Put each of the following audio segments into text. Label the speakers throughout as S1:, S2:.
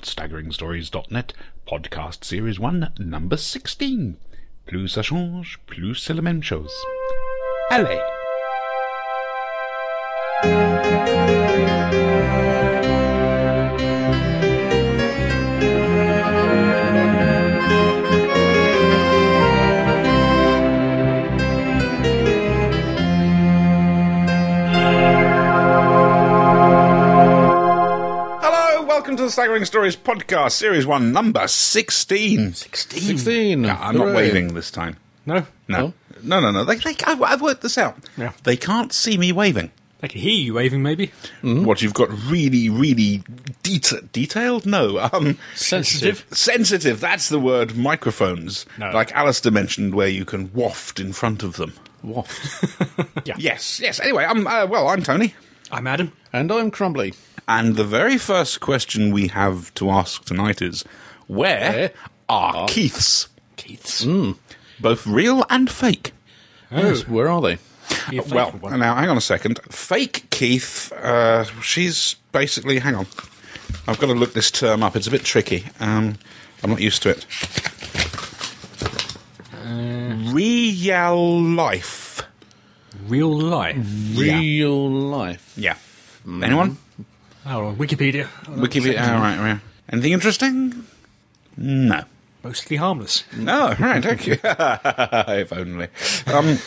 S1: www.staggeringstories.net, podcast series 1, number 16. Plus ça change, plus c'est la même chose. Allez! Hello, welcome to the Staggering Stories podcast, series 1, number 16. 16?
S2: 16.
S1: I'm not
S2: Hooray.
S1: waving this time.
S2: No,
S1: No. No, no, no. They, they, I've, I've worked this out.
S3: Yeah.
S1: They can't see me waving.
S3: I can hear you waving, maybe.
S1: What you've got really, really deta detailed? No. Um,
S2: sensitive.
S1: sensitive, that's the word, microphones.
S3: No.
S1: Like Alistair mentioned, where you can waft in front of them.
S2: Waft.
S1: Yes, yes. Anyway, I'm, uh, well, I'm Tony.
S3: I'm Adam.
S2: and I'm Crumbly.
S1: And the very first question we have to ask tonight is where
S2: Where
S1: are, Keiths? Mm.
S3: Keith's.
S1: Both real and fake.
S3: Oh.
S2: Yes, where are they?
S3: You fake
S1: Well,
S3: one.
S1: now hang on a second. Fake Keith, uh, she's basically. Hang on, I've got to look this term up. It's a bit tricky. Um, I'm not used to it.
S3: Uh,
S1: Real life.
S3: real life.
S1: Mm-hmm.
S2: Real life.
S1: Yeah. Anyone?
S3: Oh, on Wikipedia. Oh,
S1: Wikipedia. All right, right. Anything interesting? No.
S3: Mostly harmless.
S1: Oh, right, okay. if only. Um,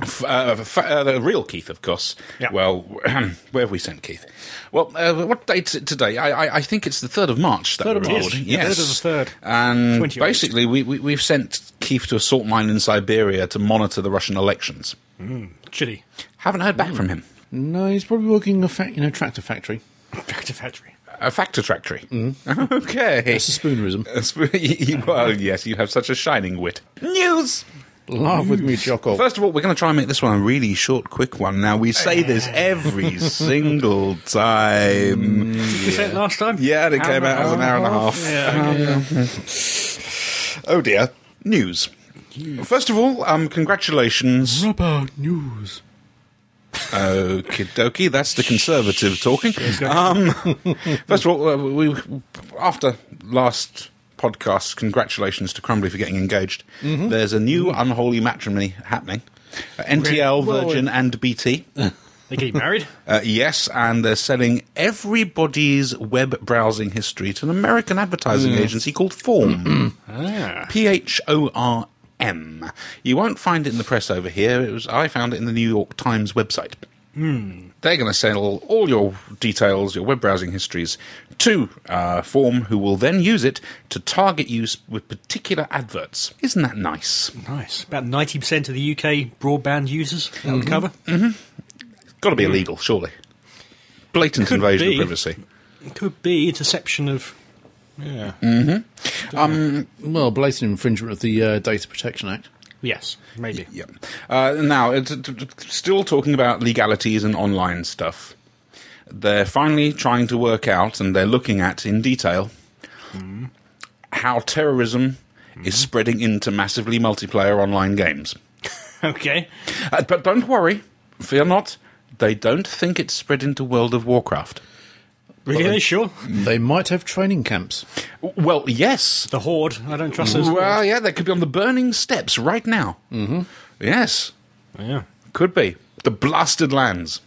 S1: f- uh, f- uh, the real Keith, of course.
S3: Yeah.
S1: Well, where have we sent Keith? Well, uh, what date's it today? I, I, I think it's the 3rd of March that
S2: 3rd
S1: we're
S2: of March.
S1: recording.
S3: Yeah,
S1: Yes.
S3: 3rd of the 3rd.
S1: And
S3: 28.
S1: basically, we, we, we've sent Keith to a salt mine in Siberia to monitor the Russian elections.
S3: Chilly.
S1: Haven't heard
S3: Mm.
S1: back from him.
S2: No, he's probably working a fa- you know tractor factory.
S3: Tractor factory.
S1: A factor factory.
S3: Mm.
S1: Okay.
S2: It's a spoonerism.
S1: A sp- well, yes, you have such a shining wit. News!
S2: Laugh with me, Choco.
S1: First of all, we're going to try and make this one a really short, quick one. Now, we say this every single time.
S3: Did you say it last time?
S1: Yeah, and it
S3: Hour
S1: came
S3: and a
S1: out as an Mm. hour and a half.
S3: Yeah, okay, yeah.
S1: Oh dear. News. First of all, um, congratulations.
S2: Rubber news.
S1: Okie dokie, that's the conservative talking. Um, first of all, uh, we, after last podcast, congratulations to Crumbly for getting engaged. There's a new unholy matrimony happening. Uh, NTL, Virgin, and BT.
S3: They get married.
S1: Uh, yes, and they're selling everybody's web browsing history to an American advertising agency called Form.
S3: Mm. ah.
S1: P H O R M. You won't find it in the press over here. It was I found it in the New York Times website.
S3: Hmm.
S1: They're going to sell all your details, your web browsing histories, to uh, Form, who will then use it to target you s- with particular adverts. Isn't that nice?
S3: Nice. About 90% of the UK broadband users that
S1: Mm-hmm.
S3: would cover.
S1: Got to be illegal, surely. Blatant
S3: Hmm. Could
S1: invasion
S3: be.
S1: of privacy.
S3: Could be interception of. Yeah.
S2: Well, blatant infringement of the uh, Data Protection Act.
S3: Yes, maybe.
S1: Yeah. Uh, now, it's, it's- it's still talking about legalities and online stuff. They're finally trying to work out, and they're looking at in detail, how terrorism is spreading into massively multiplayer online games.
S3: Okay.
S1: Uh, but don't worry, fear not. They don't think it's spread into World of Warcraft.
S3: Really? Sure.
S2: They might have training camps.
S1: W- Well, yes.
S3: The Horde. I don't trust those.
S1: Well, yeah, they could be on the burning steps right now. Mm-hmm. Yes,
S3: Yeah.
S1: could be. The blasted lands.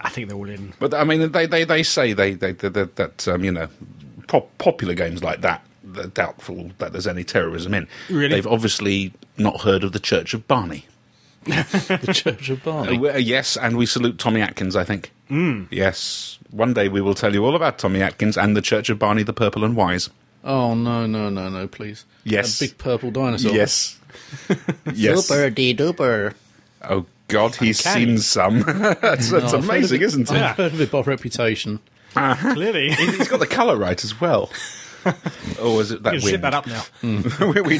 S3: I think they're all in.
S1: But I mean, they they, they say they, they, they, that that um, you know pop, popular games like that they're doubtful that there's any terrorism in.
S3: Really?
S1: They've obviously not heard of the Church of Barney.
S2: The Church of
S1: Uh,
S2: Barney.
S1: we- uh, yes, and we salute Tommy Atkins. I think. Mm. Yes, one day we will tell you all about Tommy Atkins and the Church of Barney, the Purple and Wise.
S2: Oh no, no, no, no! Please.
S1: Yes.
S2: A big purple dinosaur.
S1: Yes. yes.
S2: Super de duper.
S1: Oh God, he's
S3: Uncanny.
S1: seen some. that's that's
S2: No, I've heard of
S1: amazing,
S2: it-
S1: isn't
S3: Ah.
S1: it?
S2: I've heard of it by reputation.
S3: Clearly.
S1: He's got the colour right as well. Oh, is it that
S3: You can
S1: wind?
S3: zip that up now.
S1: we, we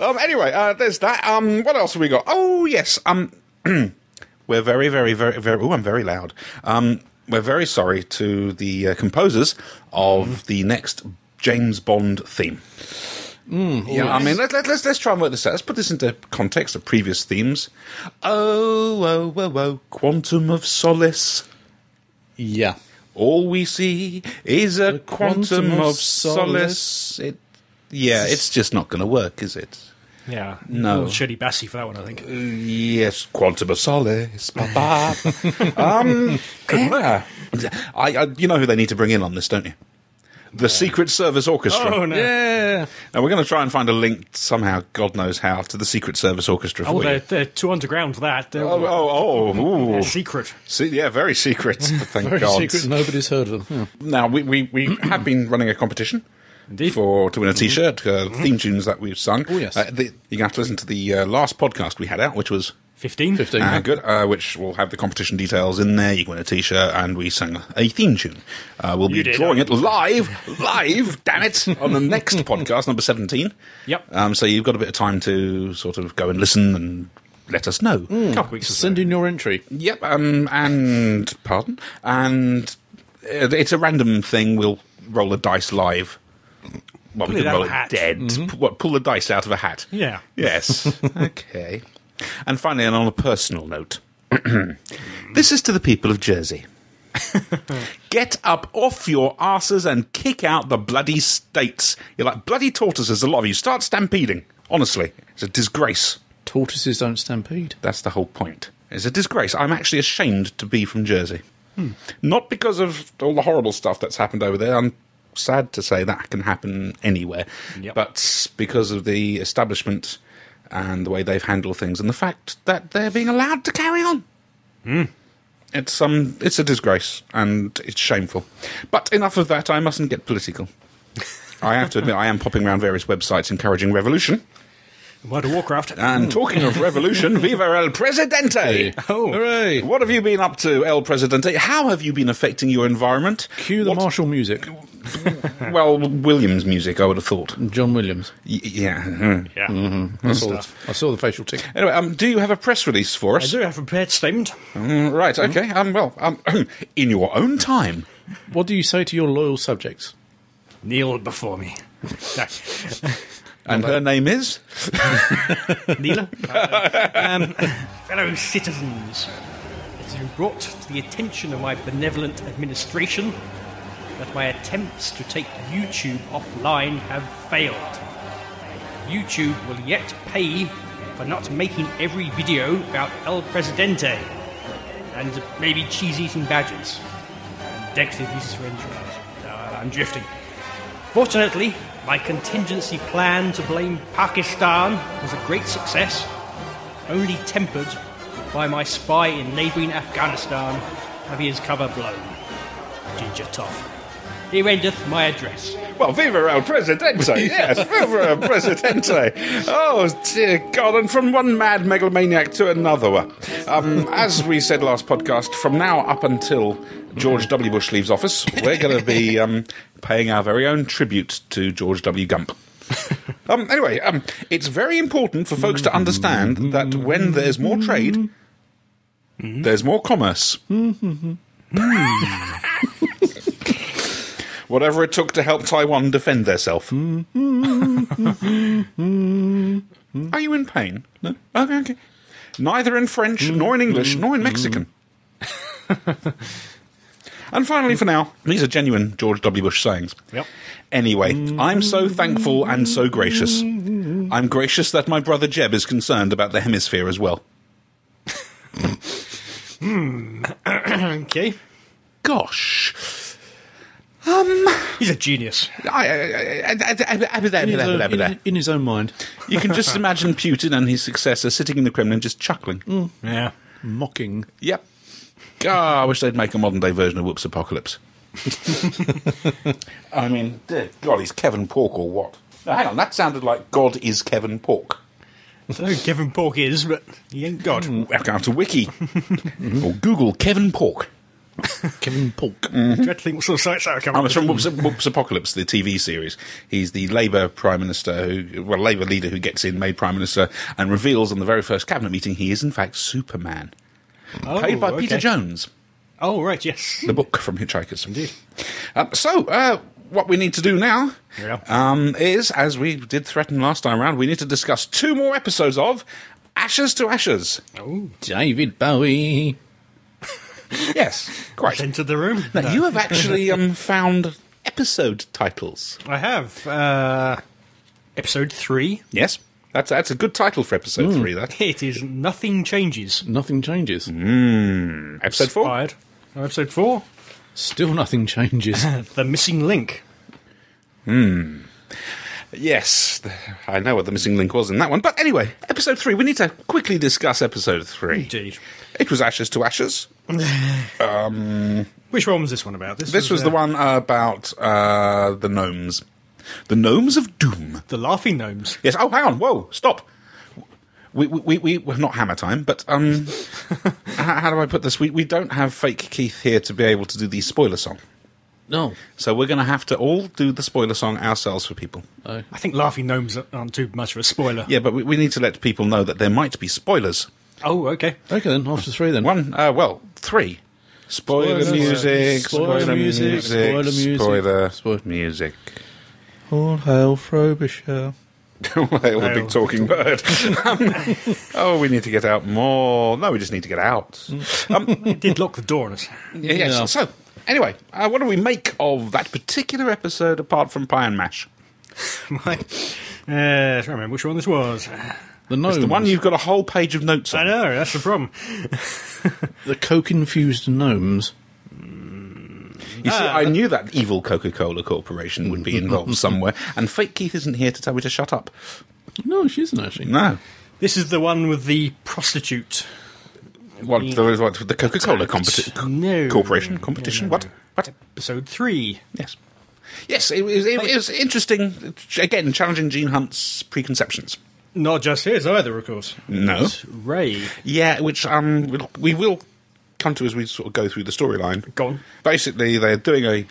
S1: um, anyway, uh, there's that. Um, what else have we got? Oh, yes. Um, we're very, very, very, very. Oh, I'm very loud. Um, we're very sorry to the uh, composers of the next James Bond theme. yeah, I mean, let, let, let's let's try and work this out. Let's put this into context of previous themes. Oh, oh, oh, oh, Quantum of Solace.
S2: Yeah.
S1: All we see is a quantum,
S2: quantum
S1: of,
S2: of
S1: solace. It, yeah, it's just not going to work, is it?
S4: Yeah.
S1: No.
S4: Oh, Shirley Bassey for that one, I think.
S1: Yes, quantum of solace. Ba, ba. um, yeah. I, I, you know who they need to bring in on this, don't you? The Secret Service Orchestra.
S4: Oh, no.
S2: Yeah.
S1: Now we're going to try and find a link somehow, God knows how, to the Secret Service Orchestra.
S4: Oh,
S1: for
S4: they're,
S1: you.
S4: they're too underground for that. They're,
S1: Oh, oh, oh,
S4: they're
S1: ooh.
S4: secret.
S1: See, yeah, very secret. Thank
S2: Very
S1: God.
S2: secret. Nobody's heard of them. Hmm.
S1: Now we, we, we have been running a competition
S4: Indeed. Mm-hmm.
S1: for to win a t-shirt, uh, theme tunes that we've sung.
S2: Oh, yes.
S1: uh, the, you're going to have to listen to the uh, last podcast we had out, which was
S4: 15?
S2: 15.
S3: Ah.
S1: uh, good, uh, which will have the competition details in there. You can win a t-shirt, and we sang a theme tune. Uh, we'll be
S4: You did,
S1: drawing
S4: huh?
S1: it live, live. damn it! On the next podcast, number seventeen.
S4: Yep.
S1: Um, so you've got a bit of time to sort of go and listen and let us know.
S4: couple weeks or so.
S2: Send in your entry.
S1: Yep, um, and pardon, and uh, it's a random thing. We'll roll a dice live. Well, we
S4: Pull it
S1: can
S4: out
S1: roll it
S4: of a hat. Mm-hmm.
S1: dead. P- what, pull the dice out of a hat.
S4: Yeah.
S1: Yes. okay. And finally, and on a personal note, this is to the people of Jersey. Get up off your asses and kick out the bloody states. You're like bloody tortoises, a lot of you. Start stampeding. Honestly, it's a disgrace.
S2: Tortoises don't stampede.
S1: That's the whole point. It's a disgrace. I'm actually ashamed to be from Jersey. Not because of all the horrible stuff that's happened over there. I'm sad to say that can happen anywhere.
S4: Yep.
S1: But because of the establishment and the way they've handled things and the fact that they're being allowed to carry on. It's um it's a disgrace and it's shameful. But enough of that, I mustn't get political. I have to admit I am popping around various websites encouraging revolution.
S4: World of Warcraft.
S1: And talking of revolution, viva el presidente!
S4: Oh.
S2: Hooray.
S1: What have you been up to, El Presidente? How have you been affecting your environment?
S2: Cue the
S1: What-
S2: martial music.
S1: Well, Williams music, I would have thought. Y-
S2: John Williams.
S1: yeah. mhm.
S4: yeah.
S2: Mm, I saw, the, I saw the facial tick.
S1: Anyway, um, do you have a press release for
S4: I
S1: us?
S4: do Hmm? have a prepared statement.
S1: Mm, Right. Okay. Um. Well. Um. In your own time.
S2: What do you say to your loyal subjects?
S4: Kneel before me. No.
S1: And her name is.
S4: Neela? um, fellow citizens, it's been brought to the attention of my benevolent administration that my attempts to take YouTube offline have failed. YouTube will yet pay for not making every video about El Presidente and maybe cheese eating badgers. And Dexter uses for insurance. Uh, I'm drifting. Fortunately, my contingency plan to blame Pakistan was a great success, only tempered by my spy in neighbouring Afghanistan having his cover blown. Ginger Toff. Here endeth my address.
S1: Well, Viva El Presidente! Yes, Viva El Presidente! Oh, dear God, and from one mad megalomaniac to another. Um, as we said last podcast, from now up until George W. Bush leaves office, we're going to be um, paying our very own tribute to George W. Gump. Um, anyway, um, it's very important for folks to understand that when there's more trade, there's more commerce. Whatever it took to help Taiwan defend theirself. Are you in pain? No. Okay, okay. Neither in French,
S4: Mm.
S1: nor in English, nor in Mexican. and finally, for now, these are genuine George W. Bush sayings.
S4: Yep.
S1: Anyway, I'm so thankful and so gracious. I'm gracious that my brother Jeb is concerned about the hemisphere as well.
S4: Hmm. Okay.
S1: Gosh.
S4: He's a genius.
S1: I- I- I- I-
S2: In his, own, in, in his own mind,
S1: You can just imagine Putin and his successor sitting in the Kremlin just chuckling.
S4: Yeah.
S2: mocking.
S1: Yep. Ah, I wish they'd make a modern day version of Whoops Apocalypse. I mean, dear God, is Kevin Pork or what? No, hang on, that sounded like God is Kevin Pork.
S4: So Kevin Pork is, but he ain't God.
S1: We have to go to Wiki or Google Kevin Pork.
S2: Kevin Polk.
S4: dread to think what sort of sites that are
S1: I
S4: coming
S1: was from Whoops, Whoops Apocalypse, the TV series. He's the Labour Prime Minister, who, well, Labour leader who gets in, made Prime Minister, and reveals on the very first cabinet meeting he is, in fact, Superman.
S4: Oh,
S1: played by
S4: okay.
S1: Peter Jones.
S4: Oh, right, yes.
S1: the book from Hitchhikers. Indeed. Um, so, uh, what we need to do now
S4: Yeah.
S1: um, is, as we did threaten last time round, we need to discuss two more episodes of Ashes to Ashes.
S4: Oh.
S2: David Bowie.
S1: Yes, quite.
S4: Entered the room.
S1: Now,
S4: No.
S1: you have actually um, found episode titles.
S4: I have. Uh, episode three.
S1: Yes, that's that's a good title for episode
S4: Hmm.
S1: three. That
S4: It is Nothing Changes.
S2: Nothing changes.
S1: episode four.
S4: Fired. Now, Episode four.
S2: Still nothing changes.
S4: The Missing Link.
S1: Yes, I know what the missing link was in that one. But anyway, episode three. We need to quickly discuss episode three.
S4: Indeed.
S1: It was ashes to ashes.
S4: Which one was this one about?
S1: This was the
S4: uh,
S1: one about uh, the gnomes, the gnomes of doom.
S4: The Laughing Gnomes.
S1: Yes. Oh, hang on. Whoa, stop. We we we, we we're not hammer time, but um, how, how do I put this? We we don't have fake Keith here to be able to do the spoiler song,
S2: no.
S1: so we're going to have to all do the spoiler song ourselves for people.
S2: No.
S4: I think Laughing Gnomes aren't too much of a spoiler.
S1: Yeah, but we, we need to let people know that there might be spoilers.
S4: Oh, okay.
S2: Okay then, after three then.
S1: One, uh, well, three. Spoiler,
S2: Spoiler
S1: music,
S2: spoiler
S1: spoiler
S2: music,
S1: music,
S2: spoiler music,
S1: spoiler
S2: spoiler-
S1: music.
S2: All hail Frobisher.
S1: Hail the
S4: Hail.
S1: big talking bird. Um, oh, we need to get out more. No, we just need to get out. Um,
S4: It did lock the door on us.
S1: yeah, yes.
S2: Yeah.
S1: So, anyway, uh, what do we make of that particular episode apart from Pie and Mash?
S4: My, uh, trying to remember which one this was.
S2: The gnomes.
S1: The one you've got a whole page of notes
S4: I
S1: on.
S4: know, that's the problem.
S2: The coke-infused gnomes.
S1: You see, I knew that evil Coca Cola Corporation would be involved somewhere, and Fake Keith isn't here to tell me to shut up.
S2: No, she isn't actually.
S1: No.
S4: This is the one with the prostitute.
S1: What, the, what, the Coca Cola
S4: No.
S1: Corporation? Competition?
S4: No, no,
S1: What?
S4: no.
S1: What?
S4: Episode 3.
S1: Yes. Yes, it was, it, was interesting. Again, challenging Gene Hunt's preconceptions.
S4: Not just his either, of course.
S1: No.
S4: Ray.
S1: Yeah, which um, we'll- we will come to as we sort of go through the storyline.
S4: Go on. Mm-hmm.
S1: Basically, they're doing a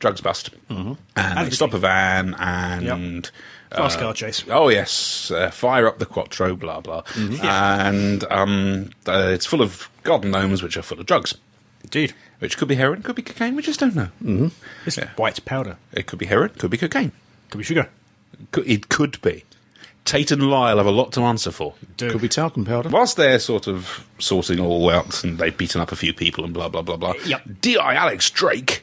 S1: drugs bust. And they
S4: Advocacy.
S1: stop a van and.
S4: Fast car chase.
S1: Oh yes, uh, fire up the Quattro, blah blah,
S4: Mm-hmm.
S1: and um, uh, it's full of garden gnomes, which are full of drugs,
S4: Indeed.
S1: which could be heroin, could be cocaine, we just don't know.
S4: It's white powder.
S1: It could be heroin, could be cocaine.
S4: Could be sugar.
S1: Could, it could be. Tate and Lyle have a lot to answer for.
S4: Do.
S2: Could be talcum powder.
S1: Whilst they're sort of sorting all out and they've beaten up a few people and blah, blah, blah, blah,
S4: Yep.
S1: D.I. Alex Drake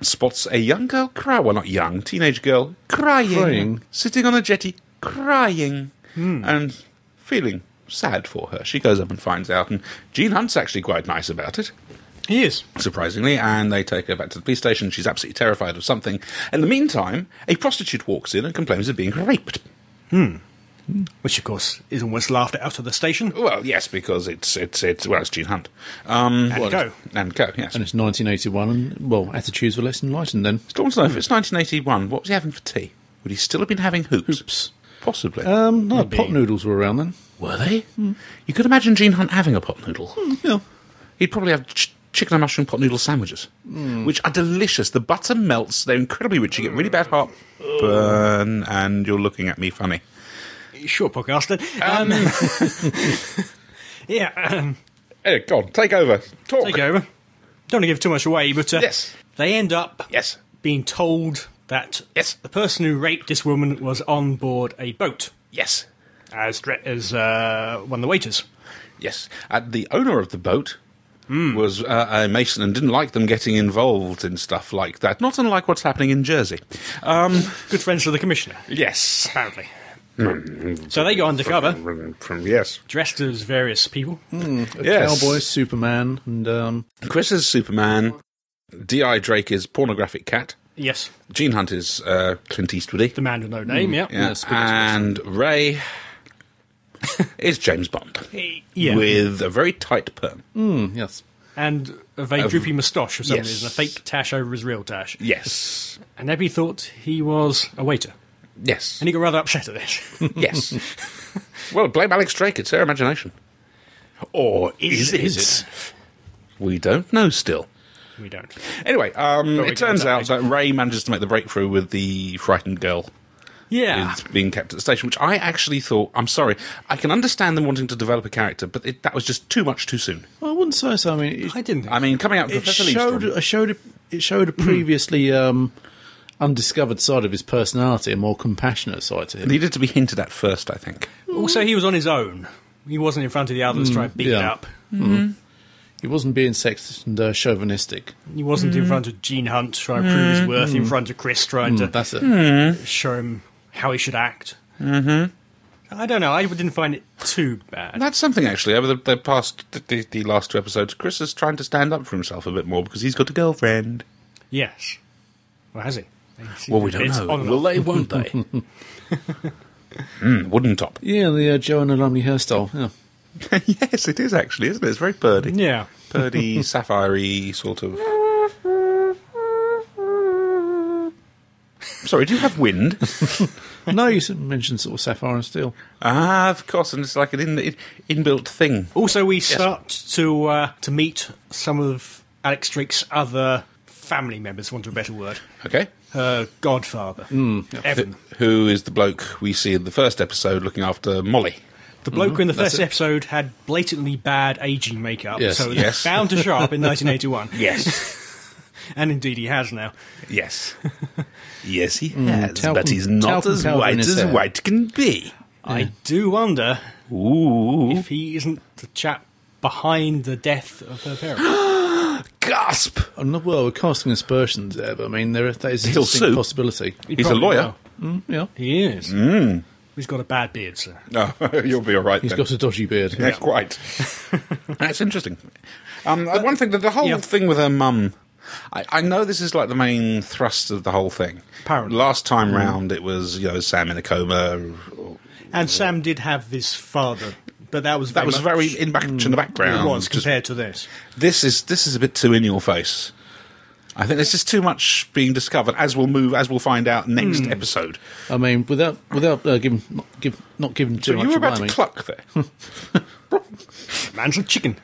S1: spots a young girl cry Well, not young, teenage girl crying,
S2: Crying.
S1: sitting on a jetty, crying and feeling sad for her. She goes up and finds out, and Gene Hunt's actually quite nice about it
S4: He is.
S1: surprisingly, and they take her back to the police station. She's absolutely terrified of something. In the meantime, a prostitute walks in and complains of being raped.
S4: Which, of course, is almost laughed out of the station.
S1: Well, yes, because it's it's it's well, it's Gene Hunt. Um,
S4: And
S1: well,
S4: go.
S1: and co. Yes.
S2: And it's 1981, and well, attitudes were less enlightened then.
S1: Still want to know if it's 1981. What was he having for tea? Would he still have been having hoops?
S2: Oops.
S1: Possibly.
S2: Um, no, pot noodles were around then.
S1: Were they? You could imagine Gene Hunt having a pot noodle.
S2: Yeah.
S1: He'd probably have ch- chicken and mushroom pot noodle sandwiches, which are delicious. The butter melts. They're incredibly rich. You get really bad heartburn, and you're looking at me funny.
S4: Sure, podcaster. Um, yeah, um,
S1: Hey, go on, take over. Talk.
S4: take over. Don't want to give too much away, but uh,
S1: Yes.
S4: they end up
S1: Yes.
S4: being told that
S1: Yes.
S4: the person who raped this woman was on board a boat
S1: Yes.
S4: as dre- as uh, one of the waiters.
S1: Yes. Uh, the owner of the boat
S4: Hmm.
S1: was uh, a Mason and didn't like them getting involved in stuff like that. Not unlike what's happening in Jersey. Um,
S4: Good friends of the commissioner,
S1: yes.
S4: apparently.
S1: Mm-hmm.
S4: so they go undercover,
S1: yes.
S4: dressed as various people.
S1: Yes.
S2: Cowboy, Superman, and um,
S1: Chris is Superman. D.I. Drake is pornographic cat.
S4: Yes,
S1: Gene Hunt is uh, Clint Eastwoody.
S4: the man with no name. Yeah,
S1: Mm-hmm. Yeah.
S2: Spooky
S1: And Ray is James Bond.
S4: Eh, yeah. Hmm.
S1: With a very tight perm.
S2: mm, yes.
S4: and a vague droopy moustache for some
S1: yes.
S4: reason, a fake tash over his real tash.
S1: Yes.
S4: And Abby thought he was a waiter,
S1: Yes.
S4: and he got rather upset at this.
S1: Yes. well, blame Alex Drake. It's her imagination. Or is, it? We don't know still.
S4: We don't.
S1: Anyway, um,
S4: we
S1: it
S4: can
S1: turns
S4: have
S1: out that Ray manages to make the breakthrough with the frightened girl
S4: Yeah.
S1: who's being kept at the station, which I actually thought, I'm sorry, I can understand them wanting to develop a character, but it, that was just too much too soon.
S2: Well, I wouldn't say so. I mean, it,
S4: I didn't think
S1: I mean, coming out of
S2: it
S1: Professor
S2: showed,
S1: Lindstrom-
S2: it showed, a, it showed a previously um, undiscovered side of his personality, a more compassionate side to him.
S1: needed to be hinted at first, I think. Mm,
S4: Also, he was on his own. He wasn't in front of the others trying to beat
S2: yeah.
S4: up.
S2: He wasn't being sexist and uh, chauvinistic.
S4: He wasn't in front of Gene Hunt trying to prove his worth, in front of Chris trying
S1: Mm,
S4: to
S2: That's it.
S4: show him how he should act. Mm-hmm. I don't know. I didn't find it too bad.
S1: And that's something actually. Over the, the past the, the last two episodes, Chris is trying to stand up for himself a bit more because he's got a girlfriend.
S4: Yes. Well, has he? He's-
S1: Well, we don't
S4: it's
S1: know.
S4: on and
S1: Will
S4: off.
S1: they? Won't they? Mm, wooden top.
S2: Yeah, the uh, Joanna Lumley hairstyle. Yeah.
S1: yes, it is actually, isn't it? It's very purdy.
S4: Yeah.
S1: Purdy, sapphire sort of. Sorry, do you have wind?
S2: No, you s- mentioned sort of sapphire and steel.
S1: ah, of course, and it's like an in, in, inbuilt thing.
S4: Also, we start to uh, to meet some of Alex Drake's other family members, for want of a better word.
S1: Okay.
S4: Her godfather,
S1: Mm.
S4: Evan.
S1: Who is the bloke we see in the first episode looking after Molly?
S4: The bloke who in the
S1: Mm-hmm. that's
S4: first
S1: it.
S4: episode had blatantly bad aging makeup,
S2: Yes.
S4: so it was
S1: Yes.
S4: bound to show up in 1981.
S1: Yes.
S4: And indeed, he has now.
S1: yes. Yes, he has,
S2: talcum-
S1: but he's not
S2: talcum
S1: as
S2: powder in
S1: white
S2: his
S1: as
S2: hair.
S1: white can be.
S4: I do wonder
S1: Ooh.
S4: if he isn't the chap behind the death of her parents.
S1: Gasp!
S2: I'm not, well, we're casting aspersions there, but I mean, there, that is a
S1: He'll
S2: distinct
S1: sue.
S2: possibility.
S4: He
S1: He's a
S4: probably
S1: lawyer.
S4: will.
S2: Mm, yeah.
S4: He is.
S1: Mm.
S4: He's got a bad beard, sir.
S1: No, Oh, you'll be all right
S2: He's
S1: then.
S2: got a dodgy beard.
S1: Yeah, quite. That's interesting. Um, uh, one thing that the whole
S4: yeah.
S1: thing with her mum, I, I know this is like the main thrust of the whole thing.
S4: Apparently.
S1: last time round it was you know Sam in a coma. or-
S4: And Sam did have his father, but that was very
S1: That was
S4: much-
S1: very in back in the
S4: it
S1: background.
S4: was
S1: Just-
S4: compared to this.
S1: this is this is a bit too in your face. I think there's just too much being discovered as we'll move as we'll find out next episode.
S2: I mean, without without uh, giving not, give, not giving too
S1: So
S2: much
S1: you were
S2: away.
S1: about
S2: I
S1: to
S2: mean,
S1: cluck there.
S4: Man's a chicken.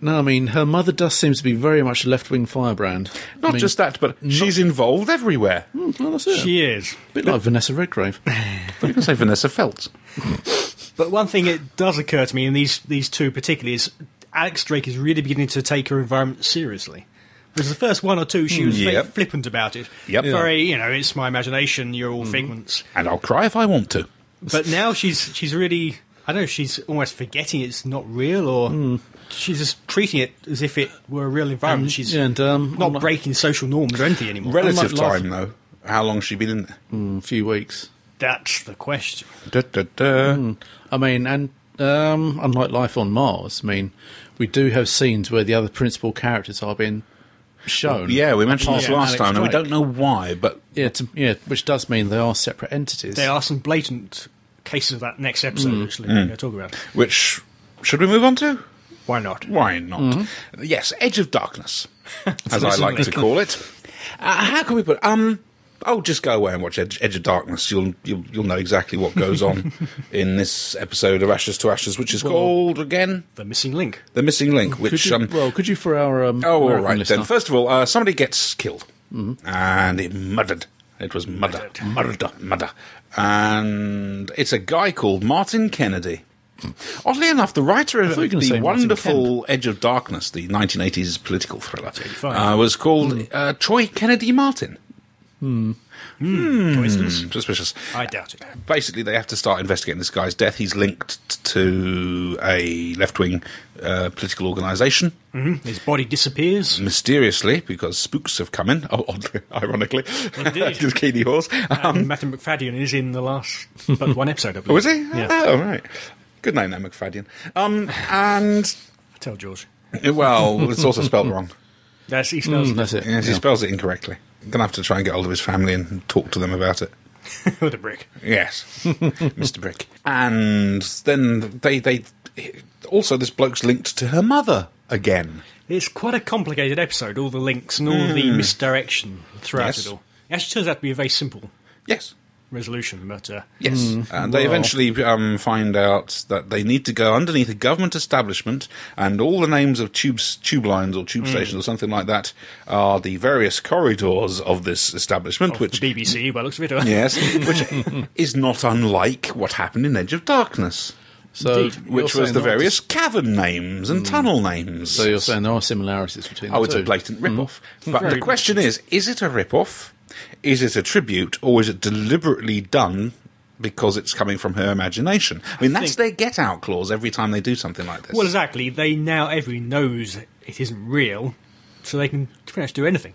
S2: no, I mean, her mother does seem to be very much a left wing firebrand.
S1: Not Mm.
S2: I mean,
S1: just that, but she's involved everywhere.
S2: Well, that's it.
S4: She is.
S2: a bit like Vanessa Redgrave.
S1: I thought you were going to say Vanessa Feltz.
S4: But one thing it does occur to me in these these two particularly is Alex Drake is really beginning to take her environment seriously. Because the first one or two, she was very
S1: Hmm, Yep.
S4: flippant about it.
S1: Yep. Yeah. Mm-hmm.
S4: Very, you know, it's my imagination. You're all figments.
S1: And I'll cry if I want to.
S4: But now she's she's really, I don't know, she's almost forgetting it's not real, or
S1: Hmm.
S4: she's just treating it as if it were a real environment. she's
S2: yeah, and, um,
S4: not
S2: I'm like-
S4: breaking social norms or anything anymore.
S1: Relative
S2: Unlike last-
S1: time, though. How long has she been in there?
S2: Mm, a few weeks. Hmm.
S4: That's the question.
S1: Da, da, da.
S2: I mean, and um, unlike Life on Mars, I mean, we do have scenes where the other principal characters are being shown.
S1: Yeah, we mentioned
S2: apart
S1: this
S2: from
S1: last
S2: Alex
S1: time, and we
S2: Drake.
S1: don't know why, but
S2: Yeah, to, yeah, which does mean they are separate entities.
S4: There are some blatant cases of that next episode,
S1: Hmm.
S4: actually, we're going to talk about.
S1: which should we move on to?
S4: Why not?
S1: Why not?
S2: Mm-hmm.
S1: Yes, Edge of Darkness, as I like to call it. Uh, how can we put? Um, oh, just go away and watch Edge, Edge of Darkness. You'll, you'll you'll know exactly what goes on in this episode of Ashes to Ashes, which is called again
S4: The missing link.
S1: the missing link.
S2: Could
S1: Which
S2: you,
S1: um,
S2: well, could you for our um,
S1: oh, all
S2: American
S1: right
S2: listener?
S1: then. First of all, uh, somebody gets killed,
S2: Mm-hmm.
S1: and it murdered. It was murder, Mm-hmm. murder, murder, and it's a guy called Martin Kennedy. Oddly enough, the writer of
S2: Hmm. thought you were gonna
S1: the
S2: say Martin
S1: wonderful Edge of Darkness, the 1980s political thriller,
S4: 85.
S1: uh, was called
S2: Hmm.
S1: uh, Troy Kennedy Martin.
S4: Coincidence?
S1: Suspicious.
S4: I doubt it.
S1: Basically, they have to start investigating this guy's death. He's linked t- to a left wing uh, political organisation.
S4: His body disappears.
S1: mysteriously because spooks have come in. Oh, oddly, ironically,
S4: Indeed.
S1: Just Keely Horse. Um,
S4: And Matthew McFadden is in the last but one episode, I believe.
S1: was he?
S4: Yeah.
S1: Oh, right. Good night, now, McFadden. Um, and
S4: Tell George.
S1: well, it's also spelled wrong.
S4: That's, he smells
S1: Hmm.
S2: Mm, that's it.
S1: Yes, he spells it incorrectly. Gonna have to try and get hold of his family and talk to them about it.
S4: with a brick.
S1: Yes, Mr. Brick. And then they they also this bloke's linked to her mother again.
S4: It's quite a complicated episode, all the links and all the misdirection throughout
S1: Hmm. Yes.
S4: it all. It actually turns out to be a very simple
S1: Yes.
S4: resolution, but uh,
S1: Yes, and they
S2: Hmm. well-
S1: eventually um, find out that they need to go underneath a government establishment, and all the names of tubes, tube lines, or
S2: Hmm.
S1: tube stations, or something like that, are the various corridors of this establishment.
S4: of
S1: which
S4: the BBC, by the looks of it. uh,
S1: yes, which is not unlike what happened in Edge of Darkness,
S2: So
S4: Indeed.
S2: you're
S1: which was
S2: saying
S1: the
S2: there are-
S1: various cavern names and tunnel names.
S2: So you're saying there are similarities between the
S1: Oh, it's
S2: two.
S1: a blatant rip-off. But
S4: Mm. Very
S1: the question is: Is it a rip-off? Is it a tribute, or is it deliberately done because it's coming from her imagination. I mean, that's
S4: think-
S1: their get out clause every time they do something like this.
S4: Well, exactly. They now everyone knows it isn't real, so they can pretty much do anything.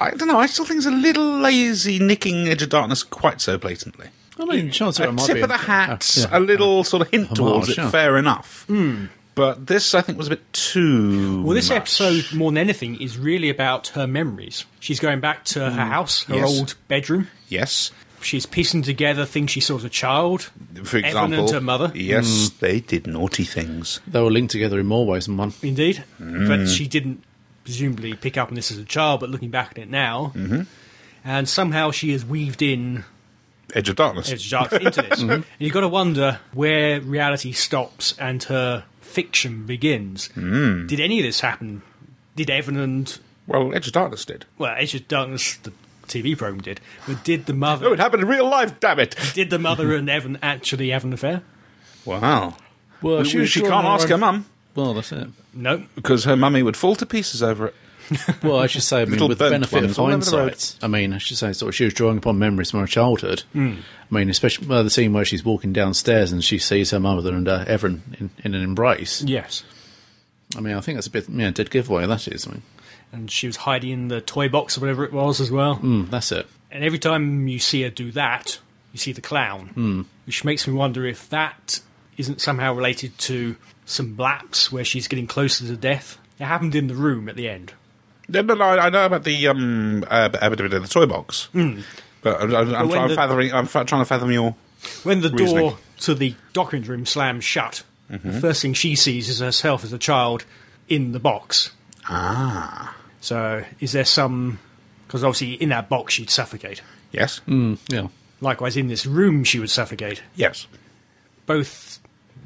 S1: I don't know. I still think it's a little lazy nicking Edge of Darkness quite so blatantly.
S2: I mean, chance of
S1: A
S2: it might
S1: tip
S2: be
S1: of the
S4: uh,
S2: a-
S1: hat,
S2: yeah.
S1: a little sort of hint
S2: homage,
S1: towards it,
S2: yeah.
S1: fair enough. But this, I think, was a bit too.
S4: Hmm. Well, this
S1: much.
S4: episode, more than anything, is really about her memories. She's going back to her house, her
S1: Hmm. Yes.
S4: old bedroom.
S1: Yes.
S4: She's piecing together things she saw as a child.
S1: For
S4: Evan
S1: example.
S4: and her mother. Hmm.
S1: Yes, they did naughty things.
S2: They were linked together in more ways than one.
S4: Indeed.
S1: Mm.
S4: But she didn't presumably pick up on this as a child, but looking back at it now.
S1: Mm-hmm.
S4: And somehow she has weaved in
S1: Edge of Darkness.
S4: Edge of Darkness into
S1: Mm-hmm.
S4: this. And you've got to wonder where reality stops and her fiction begins.
S1: Mm.
S4: Did any of this happen? Did Evan and,
S1: Well, Edge of Darkness did.
S4: well, Edge of Darkness, the TV program did, but did the
S1: Oh,
S4: mother
S1: it happened in real life, damn it!
S4: did the mother and Evan actually have an affair?
S1: Wow.
S2: Well,
S1: We- we- she can't ask her mum
S2: Well, that's it.
S4: No.
S1: because her mummy would fall to pieces over it.
S2: Well, I should say, I mean,
S1: Little
S2: with the
S1: burnt
S2: benefit of
S1: ones all over the road.
S2: hindsight, I mean, I should say, sort of, she was drawing upon memories from her childhood.
S1: Hmm.
S2: I mean, especially well, the scene where she's walking downstairs and she sees her mother and uh, Evan in, in an embrace.
S4: Yes.
S2: I mean, I think that's a bit, yeah, dead giveaway, that is. I mean,
S4: And she was hiding in the toy box or whatever it was as well.
S2: mm, that's it.
S4: And every time you see her do that, you see the clown, which makes me wonder if that isn't somehow related to some lapse where she's getting closer to death. It happened in the room at the end.
S1: No, no, no, I know about the um, uh, b- uh, b- the toy box, but I'm, I'm, I'm,
S4: when
S1: trying,
S4: Hmm. the-
S1: fathoming, I'm fa- trying to fathom your.
S4: When the
S1: Reasoning.
S4: door to the document room slams shut, the first thing she sees is herself as a child in the box.
S1: Ah,
S4: So, is there some. Because obviously, in that box, she'd suffocate.
S1: yes,
S4: Hmm.
S2: Mm, yeah.
S4: Likewise, in this room, she would suffocate.
S1: yes.
S4: both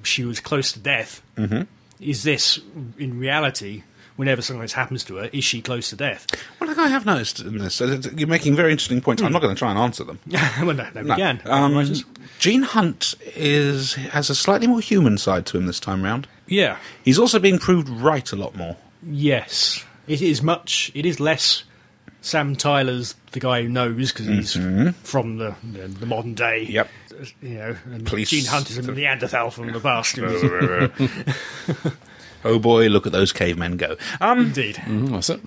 S4: she was close to death. Mm-hmm. Is this in reality? Whenever something like this happens to her, is she close to death?
S1: One thing I have noticed in this, uh, that you're making very interesting points. I'm not going to try and answer them.
S4: well, no, no, we can.
S1: Um,
S4: Hmm. Otherwise it's-
S1: Gene Hunt is has a slightly more human side to him this time round.
S4: yeah,
S1: He's also being proved right a lot more.
S4: yes, it is much. It is less. Sam Tyler's the guy who knows because he's from the, the the modern day.
S1: Yep.
S4: you know, and
S1: Police-
S4: Gene Hunt is a Neanderthal from the past. who was-
S1: oh boy, look at those cavemen go. Um,
S4: Indeed,
S2: Mm, that's it.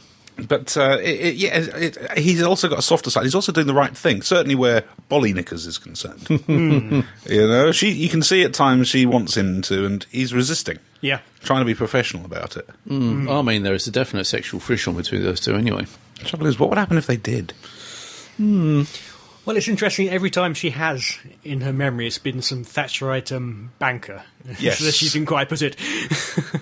S1: But uh, it, it, yeah, it, it- he's also got a softer side. He's also doing the right thing, certainly where Bolly Knickers is concerned. you know, she you can see at times she wants him to, and he's resisting,
S4: yeah.
S1: trying to be professional about it. Hmm.
S2: Mm, I mean, there is a definite sexual friction between those two, anyway.
S1: The trouble is, what would happen if they did?
S4: Well, it's interesting. Every time she has in her memory, it's been some Thatcherite um, banker.
S1: Yes.
S4: as she didn't quite put it.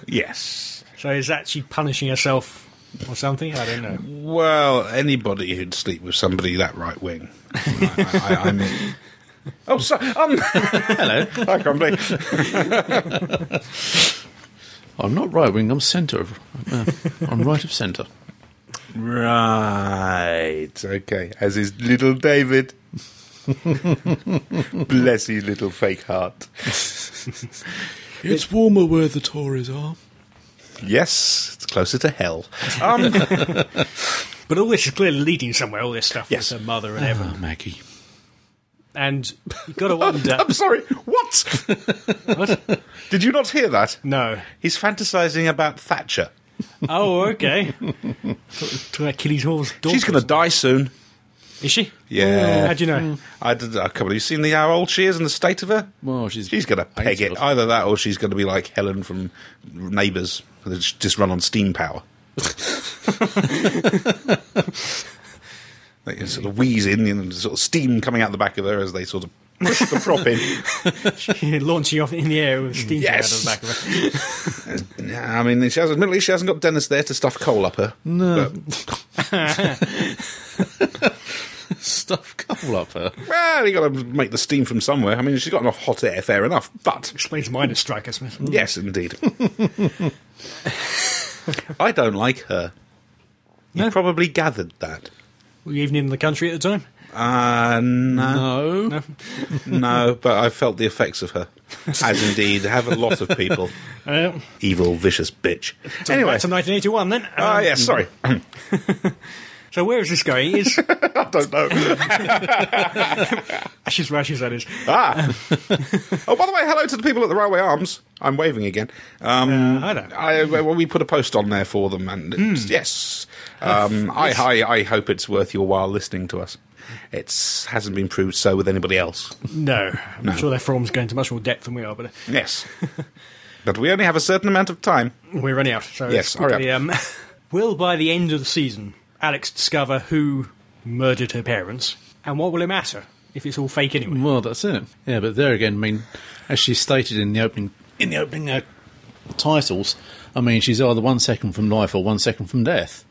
S1: Yes.
S4: So is that she punishing herself or something? I don't know.
S1: Mm. Well, anybody who'd sleep with somebody that right wing. I, I, I, I mean. Oh, so, um, hello. I can't believe.
S2: I'm not right wing, I'm centre. Of, uh, I'm right of centre.
S1: Right. Okay. As is little David. Bless you, little fake heart.
S2: It's warmer where the Tories are.
S1: Yes, it's closer to hell. Um,
S4: But all this is clearly leading somewhere. All this stuff
S1: Yes.
S4: with her mother and Evan,
S2: Oh, Maggie.
S4: and you got to wonder.
S1: I'm sorry. What? Did you not hear that?
S4: no.
S1: He's fantasizing about Thatcher.
S4: Oh, okay. to, to Achilles' horse. daughter.
S1: She's going to die soon.
S4: Is she?
S1: Yeah. Mm.
S4: How do you know?
S1: I, did, I can't believe you've seen the, how old she is and the state of her.
S2: Well, she's
S1: She's going to peg it.
S2: Ainsworth.
S1: Either that or she's going to be like Helen from Neighbours, just run on steam power. they sort of wheeze in and sort of steam coming out the back of her as they sort of push the prop in.
S4: Launching off in the air with steam coming
S1: Yes.
S4: out of the back of her.
S1: I mean, she has, admittedly, she hasn't got Dennis there to stuff coal up her.
S2: No.
S1: uh,
S2: Stuff coal up her.
S1: Well, you got to make the steam from somewhere. I mean, she's got enough hot air, fair enough. But
S4: Explains minor strike, I suppose.
S1: yes, indeed. I don't like her. You probably gathered that.
S4: Were you even in the country at the time?
S1: Uh, no,
S2: No.
S1: no, but I felt the effects of her, as indeed have a lot of people.
S4: Uh,
S1: Evil, vicious bitch.
S4: anyway,
S1: Anyway,
S4: back to 1981 then.
S1: ah,
S4: Um,
S1: yes, sorry.
S4: So where is this going? It Is
S1: I don't know.
S4: ashes, rashes, that is.
S1: ah. oh, by the way, hello to the people at the Railway Arms. I'm waving again. Um,
S4: I don't-
S1: I, well, we put a post on there for them, and it's, yes, um, I, I, I hope it's worth your while listening to us. It hasn't been proved so with anybody else.
S4: No, I'm sure their forms go into much more depth than we are, but
S1: Yes. But we only have a certain amount of time.
S4: we're running out. So
S1: Yes,
S4: it's quickly,
S1: hurry
S4: um, will by the end of the season, Alex discover who murdered her parents, and what will it matter if it's all fake anyway?
S2: Well, that's it. Yeah, but there again, I mean, as she stated in the opening in the opening uh, titles, I mean, she's either one second from life or one second from death.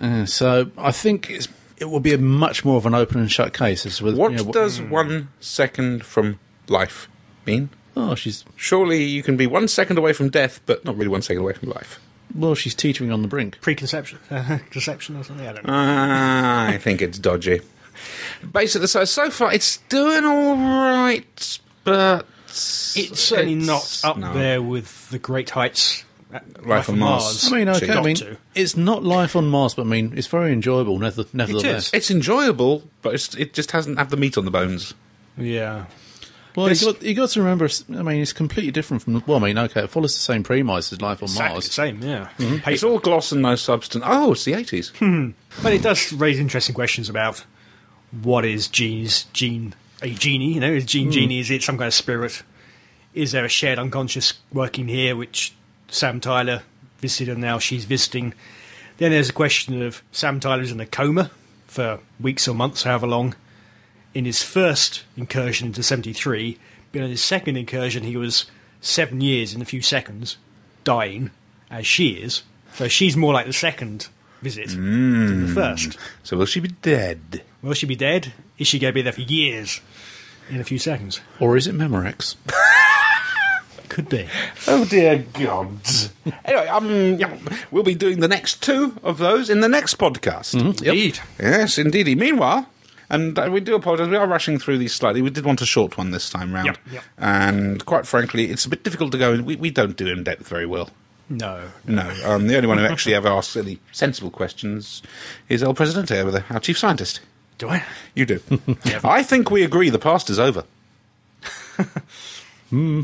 S2: Uh, so I think it's, it will be a much more of an open and shut case. As with,
S1: What
S2: you know, what-
S4: mm.
S1: does one second from life mean?
S2: Oh, she's
S1: Surely you can be one second away from death, but not really one second away from life.
S2: well, she's teetering on the brink.
S4: Preconception, uh, conception, or something. I don't know.
S1: Ah, I think it's dodgy. Basically, so so far it's doing all right, but
S4: it's certainly
S1: it's-
S4: not up
S1: no.
S4: there with the Great Heights. uh,
S1: Life on Mars.
S2: I mean, okay, I
S1: Got
S2: mean,
S4: to.
S2: it's not life on Mars, but I mean, it's very enjoyable. Never, nevertheless,
S1: It's enjoyable, but it's, it just hasn't had the meat on the bones.
S4: Yeah.
S2: well, you
S4: This-
S2: got, you got to remember. it's- I mean, it's completely different from. Well, I mean, okay, it follows the same premise as life on
S4: Exactly
S2: Mars.
S4: the same, yeah.
S1: It's all gloss and no substance. Oh, it's the eighties.
S4: Hmm. But it does raise interesting questions about what is genes, gene, a genie? You know, is gene genie? Is it some kind of spirit? Is there a shared unconscious working here, which Sam Tyler visited and now she's visiting? Then there's a question of Sam Tyler's in a coma for weeks or months, however long. In his first incursion into 73, but in his second incursion, he was seven years in a few seconds, dying, as she is. So she's more like the second visit than
S1: Hmm.
S4: the first.
S1: So will she be dead?
S4: Will she be dead? Is she going to be there for years? In a few seconds.
S2: Or is it Memorex?
S4: Could be.
S1: Oh dear God! anyway, um, yeah, we'll be doing the next two of those in the next podcast.
S4: Indeed.
S1: Yes, indeedy. Meanwhile, and uh, we do apologise, we are rushing through these slightly. We did want a short one this time round.
S4: Yep, yep.
S1: And quite frankly, it's a bit difficult to go in. We, we don't do in depth very well.
S4: No.
S1: No, um, the only one who actually ever asks any sensible questions is El Presidente over there, our chief scientist.
S4: Do I?
S1: You do. I think we agree the past is over.
S4: For
S1: Hmm.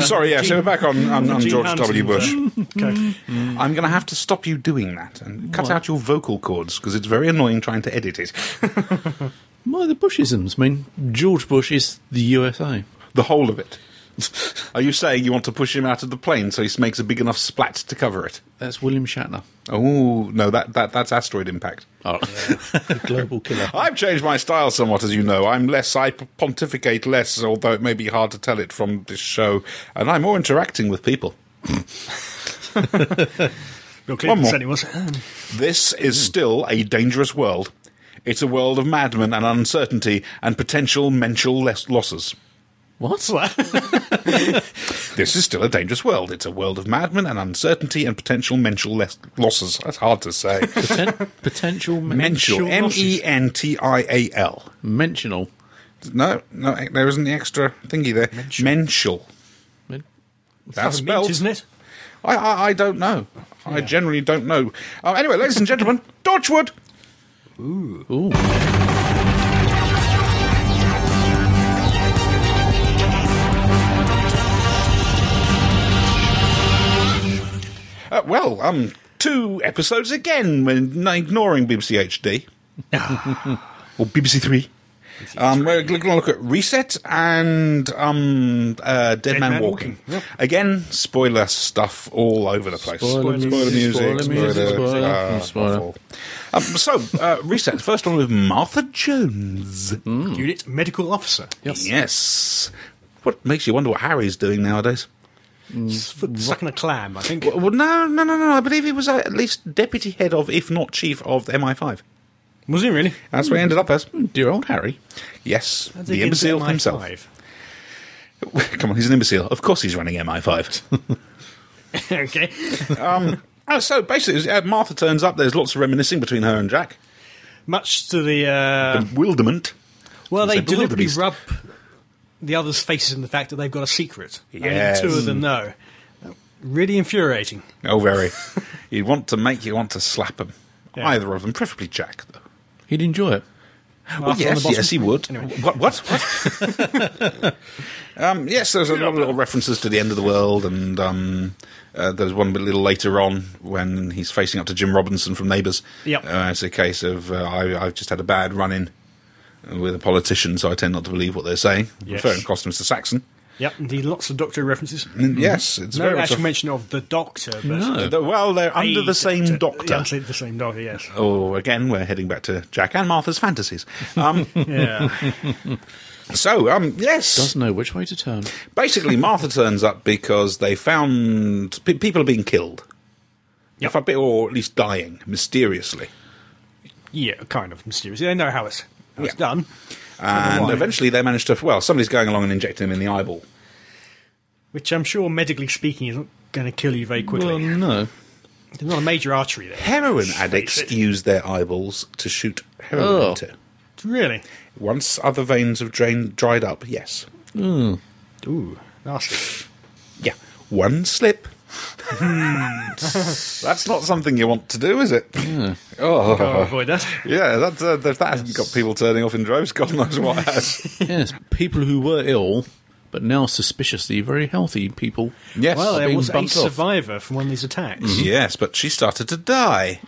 S1: Sorry, yes,
S4: Uh, Gene-
S1: we're back on, on, on
S4: Gene
S1: George
S4: Hanson's,
S1: W. Bush.
S4: uh, okay.
S1: I'm going to have to stop you doing that and cut out your vocal cords because it's very annoying trying to edit it.
S2: Well, the Bushisms. I mean, George Bush is the USA.
S1: The whole of it. Are you saying you want to push him out of the plane so he makes a big enough splat to cover it?
S2: That's William Shatner.
S1: Oh no, that, that that's asteroid impact.
S2: Oh, global killer.
S1: I've changed my style somewhat, as you know. I'm less, I pontificate less, although it may be hard to tell it from this show, and I'm more interacting with people.
S4: Bill Clinton
S1: more.
S4: said it was. Um,
S1: This is still a dangerous world. It's a world of madmen and uncertainty and potential mental les- losses.
S2: What?
S1: This is still a dangerous world. It's a world of madmen and uncertainty and potential mental les- losses. That's hard to say.
S2: Poten- potential
S1: Mental.
S2: mental.
S1: M E N T I A L.
S2: Mentional.
S1: No, no, there isn't the extra thingy there. Mental.
S2: Men-
S1: That's
S4: a mint,
S1: spelled.
S4: isn't it?
S1: I, I, I don't know. I generally don't know. Uh, anyway, ladies and gentlemen, Dodgewood.
S2: Ooh.
S1: Uh, well, um, two episodes again, when ignoring BBC HD or BBC Three. Um, we're going to look at Reset and um, uh, Dead, Man,
S4: Man
S1: Walking.
S4: Walking, yep.
S1: Again, spoiler stuff all over the place.
S2: Spoiler
S1: spoiler
S2: music,
S1: music,
S2: spoiler music,
S1: spoiler,
S2: spoiler,
S1: uh,
S2: spoiler.
S1: awful. Um, so, uh, Reset, first one with Martha Jones.
S2: Mm.
S4: Unit medical officer.
S2: Yes.
S1: Yes. What makes you wonder what Harry's doing nowadays?
S4: Foot stuck in a clam, I think.
S1: Well, well, no, no, no, no. I believe he was uh, at least deputy head of, if not chief of, MI5.
S4: Was it really?
S1: That's
S2: Mm.
S1: what he ended up as.
S2: Dear old Harry.
S1: Yes,
S4: How did he
S1: the
S4: get
S1: imbecile
S4: into
S1: himself.
S4: MI5?
S1: Come on, he's an imbecile. Of course, he's running MI5.
S4: okay.
S1: oh, so basically, uh, Martha turns up. There's lots of reminiscing between her and Jack.
S4: Much to the. Uh,
S1: Bewilderment.
S4: well, they
S1: It's a
S4: deliberately
S1: wildebeest.
S4: rub the others' faces in the fact that they've got a secret.
S1: Yes.
S4: Only two of them know. Really infuriating.
S1: Oh, very. you want to make you want to slap him.
S4: Yeah.
S1: Either of them, preferably Jack. Though.
S2: He'd enjoy it.
S1: Well,
S4: After on the
S1: yes,
S4: bottom.
S1: yes, he would. What? What? what? um, yes, there's a lot of little references to the end of the world, and um, uh, there's one bit little later on when he's facing up to Jim Robinson from Neighbours.
S4: Yep.
S1: Uh, it's a case of uh, I, I've just had a bad run-in with a politician, so I tend not to believe what they're saying.
S4: Yes.
S1: Referring, cost Mr. Saxon.
S4: Yep, indeed, lots of Doctor Who references.
S1: And Yes, it's
S4: Mm-hmm. No
S1: very much.
S4: actual
S1: a-
S4: mention of the Doctor, but
S2: No.
S1: The- well, they're under the same doctor.
S4: Yeah, the same Doctor, yes.
S1: Oh, again, we're heading back to Jack and Martha's fantasies. Um,
S4: Yeah.
S1: so, um, yes.
S2: Does know which way to turn.
S1: Basically, Martha turns up because they found pe- people are being killed,
S4: Yep.
S1: if I, or at least dying mysteriously,
S4: yeah, kind of mysterious. They know how it's, how it's
S1: Yeah.
S4: done.
S1: and
S4: why.
S1: eventually they manage to. Well, somebody's going along and injecting them in the eyeball.
S4: Which I'm sure, medically speaking, isn't going to kill you very quickly.
S2: Well, no.
S4: There's not a major artery there.
S1: Heroin
S4: face
S1: addicts
S4: it.
S1: use their eyeballs to shoot heroin
S2: Oh.
S1: into.
S4: Really?
S1: Once other veins have drained, dried up, yes,
S4: Ooh, nasty.
S1: yeah, one slip.
S4: Hmm.
S1: That's not something you want to do, is it? Oh,
S4: I'll avoid that.
S1: yeah, that, uh, that hasn't got people turning off in droves. God knows what has.
S2: Yes, people who were ill, but now suspiciously very healthy people.
S1: Yes.
S4: Well, there
S2: being
S4: was a
S2: bumped off.
S4: survivor from one of these attacks.
S1: Yes, but she started to die.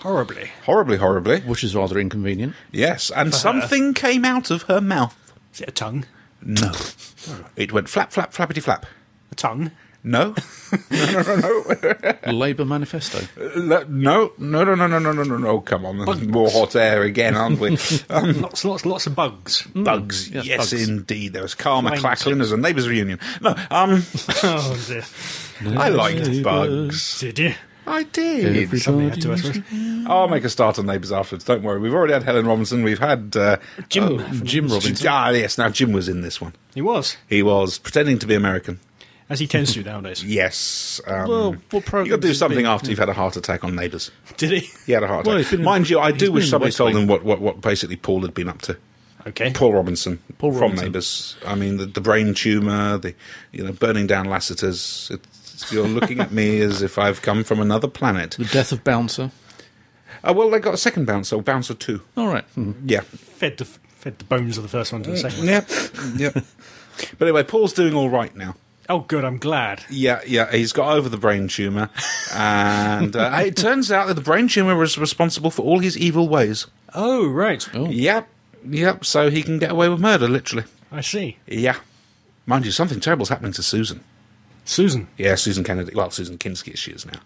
S4: Horribly.
S1: Horribly, horribly.
S2: Which is rather inconvenient.
S1: Yes, and something came out of her mouth.
S4: Is it a tongue?
S1: No. It went flap, flap, flappity flap.
S4: A tongue?
S1: No. no, no, no,
S2: Labour manifesto.
S1: no. No, no, no, no, no, no, no, no, no. Come on. More hot air again, aren't we? Um,
S4: Lots, lots, lots of bugs.
S1: bugs. Yes,
S2: yes, bugs.
S1: indeed. There was Karma
S4: Flames.
S1: Clacklin as a neighbours reunion. No, um,
S4: oh, dear.
S1: I liked
S2: Neighbours.
S1: bugs.
S4: Did you?
S1: I did.
S4: Something had to, I
S2: Everybody-
S4: suppose.
S1: I'll make a start on Neighbours afterwards. Don't worry. We've already had Helen Robinson. We've had uh,
S4: Jim.
S2: Jim Robinson.
S1: Ah, yes. Now Jim was in this one.
S4: He was,
S1: He was pretending to be American.
S4: as he tends to nowadays.
S1: Yes. Um,
S2: Well, what programme
S1: you got to do
S2: has it
S1: something
S2: been?
S1: after you've had a heart attack on Neighbours.
S4: Did he?
S1: He had a heart
S2: Well,
S1: attack.
S2: he's been in-
S1: Mind you, I
S2: he's
S1: do
S2: been
S1: wish
S2: in
S1: somebody
S2: West
S1: told
S2: Wing.
S1: him what, what, what basically Paul had been up to.
S4: Okay.
S1: Paul Robinson,
S2: Paul
S1: from
S2: Robinson.
S1: Neighbours. I mean, the, the brain tumour, the you know burning down Lassiter's. It's, you're looking at me as if I've come from another planet.
S2: The death of Bouncer.
S1: Oh well, they got a second bouncer, or bouncer two.
S2: All right. Hmm.
S1: Yeah,
S4: Fed the, fed the bones of the first one to the second.
S1: yeah, yeah. But anyway, Paul's doing all right now.
S4: Oh, good, I'm glad.
S1: Yeah, yeah, he's got over the brain tumor, and uh, it turns out that the brain tumor was responsible for all his evil ways.
S4: Oh, right.
S1: Yep, yep. So he can get away with murder, literally.
S4: I see.
S1: Yeah, mind you, something terrible's happening to Susan.
S4: Susan.
S1: Yeah, Susan Kennedy. Well, Susan Kinski, as she is now.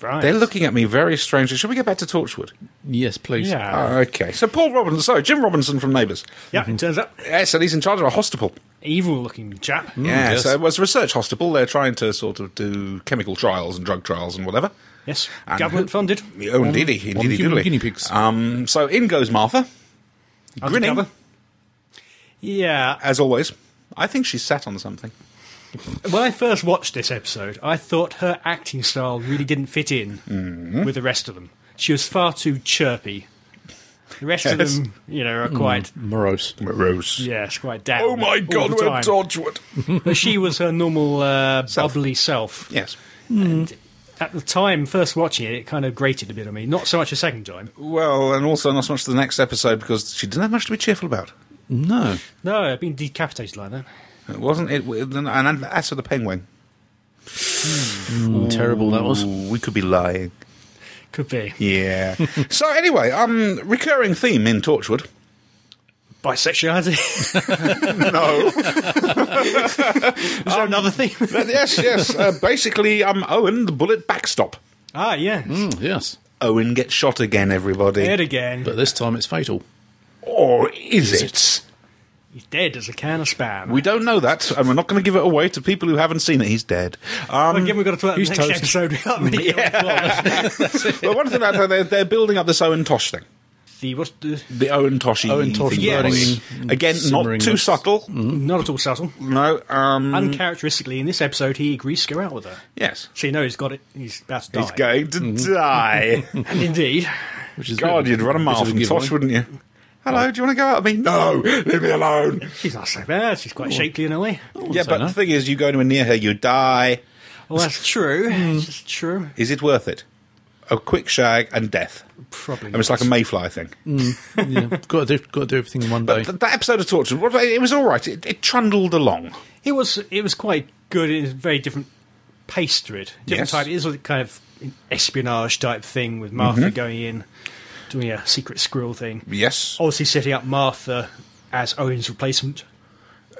S4: Right.
S1: They're looking at me very strangely. Shall we get back to Torchwood?
S2: Yes, please.
S4: Yeah.
S1: Oh, okay. So Paul Robinson, sorry, Jim Robinson from Neighbours.
S4: yeah, it turns up.
S1: Yes, and he's in charge of a hospital.
S4: Evil looking chap.
S1: Mm. Yeah,
S2: yes.
S1: so it was a research hospital. They're trying to sort of do chemical trials and drug trials and whatever.
S4: Yes.
S1: And
S4: Government
S1: who-
S4: funded.
S1: Oh, indeed, indeed,
S2: one human guinea pigs.
S1: Um, so in goes Martha, grinning
S4: Undercover. Yeah.
S1: as always. I think she's sat on something.
S4: When I first watched this episode, I thought her acting style really didn't fit in
S1: Mm-hmm.
S4: with the rest of them. She was far too chirpy. The rest of
S1: Yes.
S4: them, you know, are quite
S2: Morose.
S1: Rose.
S4: yes, quite down.
S1: Oh my
S4: all
S1: God,
S4: the
S1: we're
S4: time.
S1: Torchwood.
S4: But she was her normal uh,
S1: Self.
S4: bubbly self.
S1: yes.
S4: At the time, first watching it, it kind of grated a bit on me. Not so much the second time.
S1: Well, and also not so much the next episode because she didn't have much to be cheerful about.
S2: No.
S4: No, I've been decapitated like that.
S1: It wasn't it? And as for the penguin,
S2: Mm, Terrible that was.
S1: Ooh, we could be lying.
S4: Could be
S1: Yeah. so anyway, um, recurring theme in Torchwood.
S4: bisexuality.
S1: No.
S4: Is there another thing?
S1: yes, yes. Uh, basically, um, Owen, the bullet backstop.
S4: ah, yeah.
S2: Mm, yes.
S1: Owen gets shot again, everybody.
S4: Dead again.
S2: But this time it's fatal.
S1: Or is it?
S4: He's dead as a can of spam.
S1: We don't know that, and we're not going to give it away to people who haven't seen it. He's dead. Um,
S4: Again, we've got to talk about the
S2: He's
S4: next
S2: toast.
S4: episode. without me.
S1: but one thing I know, they're, they're building up this Owen Tosh thing.
S4: the, what's the,
S1: The Owen Tosh
S2: Owen Tosh
S1: yes.
S2: burning,
S1: Again, not
S2: simmering
S1: too
S2: lips.
S1: subtle.
S4: not at all subtle.
S1: No. Um,
S4: Uncharacteristically, in this episode, he agrees to go out with her.
S1: yes.
S4: So you know he's got it. He's about to die.
S1: He's going to
S2: Mm-hmm.
S1: die.
S4: And indeed,
S2: Which is
S1: God, you'd run a mile
S2: bit of
S1: from
S2: giveaway.
S1: Tosh, wouldn't you? Hello, do you want to go out with me? No, leave me alone.
S4: she's not so bad. She's quite shapely in a way.
S1: yeah,
S2: so
S1: but
S2: no.
S1: the thing is, you go anywhere near her, you die.
S4: Well, that's true. It's true.
S1: Is it worth it? a quick shag, and death.
S4: Probably.
S1: And it's like a mayfly thing.
S2: yeah, got to do, got to do everything in one day.
S1: But th- that episode of Torture, what- it was all right. It, it trundled along.
S4: It was it was quite good. It was a very different pace to it.
S1: Yes.
S4: Different type. It was a kind of an espionage type thing with Martha
S1: Mm-hmm.
S4: going in, doing a secret squirrel thing.
S1: Yes.
S2: Oh.
S4: Obviously setting up Martha as Owen's replacement.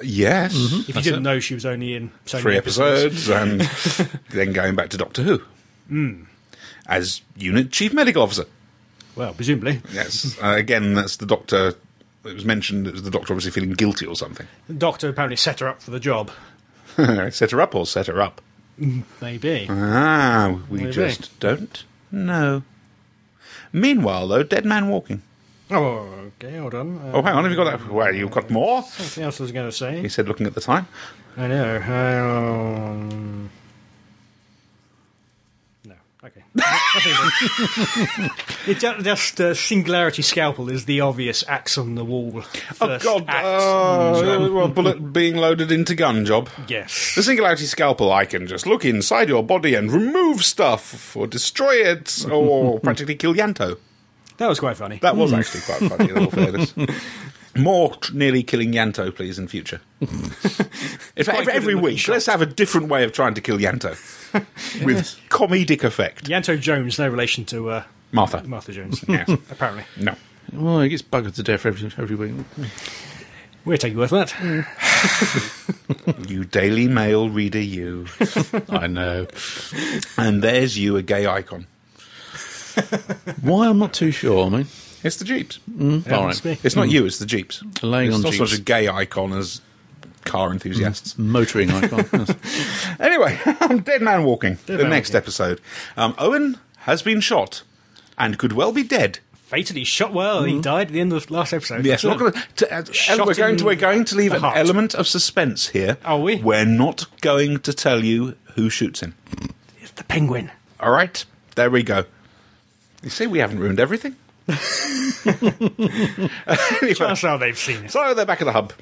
S1: Yes.
S2: Mm-hmm.
S4: If you didn't know, she was only in so many
S1: Three episodes, and then going back to Doctor Who.
S4: Hmm.
S1: As Unit Chief Medical Officer.
S4: Well, presumably,
S1: Yes. Uh, again, that's the Doctor. It was mentioned it was the Doctor obviously feeling guilty or something.
S4: the doctor apparently set her up for the job.
S1: set her up or set her up.
S4: Maybe.
S1: Ah, we
S4: Maybe.
S1: just don't know. Meanwhile, though, Dead Man Walking.
S4: Oh, okay. Hold on. Uh,
S1: Oh, hang on, have you got that? Well, you've got more,
S4: Something else I was going to say.
S1: he said, looking at the time.
S4: I know. Um, no. Okay. Nothing then. it ju- just uh, singularity scalpel is the obvious axe on the wall.
S1: Oh,
S4: First Hmm.
S1: God.
S4: axe. Oh. Um,
S1: Uh, well, bullet being loaded into gun job.
S4: yes.
S1: The Singularity Scalpel I can just look inside your body and remove stuff, or destroy it, or practically kill Yanto.
S4: That was quite funny.
S1: That was actually quite funny, in all fairness. More t- nearly killing Yanto, please, in future. If
S4: quite
S1: every,
S4: good
S1: every
S4: at
S1: week,
S4: making
S1: let's have a different way of trying to kill Yanto with comedic effect.
S4: Yanto Jones, no relation to uh,
S1: Martha.
S4: Martha Jones,
S1: Yes.
S4: apparently.
S1: No.
S2: Well, he gets buggered to death every, every week.
S4: We'll take your word for that.
S1: You Daily Mail reader, you.
S2: I know.
S1: And there's you, a gay icon.
S2: Why, I'm not too sure. I mean,
S1: It's the Jeeps.
S2: all
S4: Must
S2: right.
S4: be.
S1: It's not you, it's the Jeeps.
S2: Laying
S1: it's
S2: on
S1: not such
S2: Jeeps.
S1: a gay icon as car enthusiasts.
S4: Hmm.
S2: Motoring icon. yes.
S1: Anyway, Dead Man Walking, the
S4: Man
S1: next
S4: Walking.
S1: episode. Um, Owen has been shot and could well be dead.
S4: Fatally shot. Well, he died at the end of the last episode.
S1: Yes,
S4: Sure.
S1: not gonna, to, uh,
S4: Shot
S1: we're, going to,
S4: in
S1: we're going to leave
S4: the
S1: an
S4: heart.
S1: element of suspense here.
S4: Are we?
S1: We're not going to tell you who shoots him.
S4: It's the penguin.
S1: All right, there we go. You see, we haven't ruined everything. Anyway,
S4: That's how they've seen it.
S1: so they're back at the hub.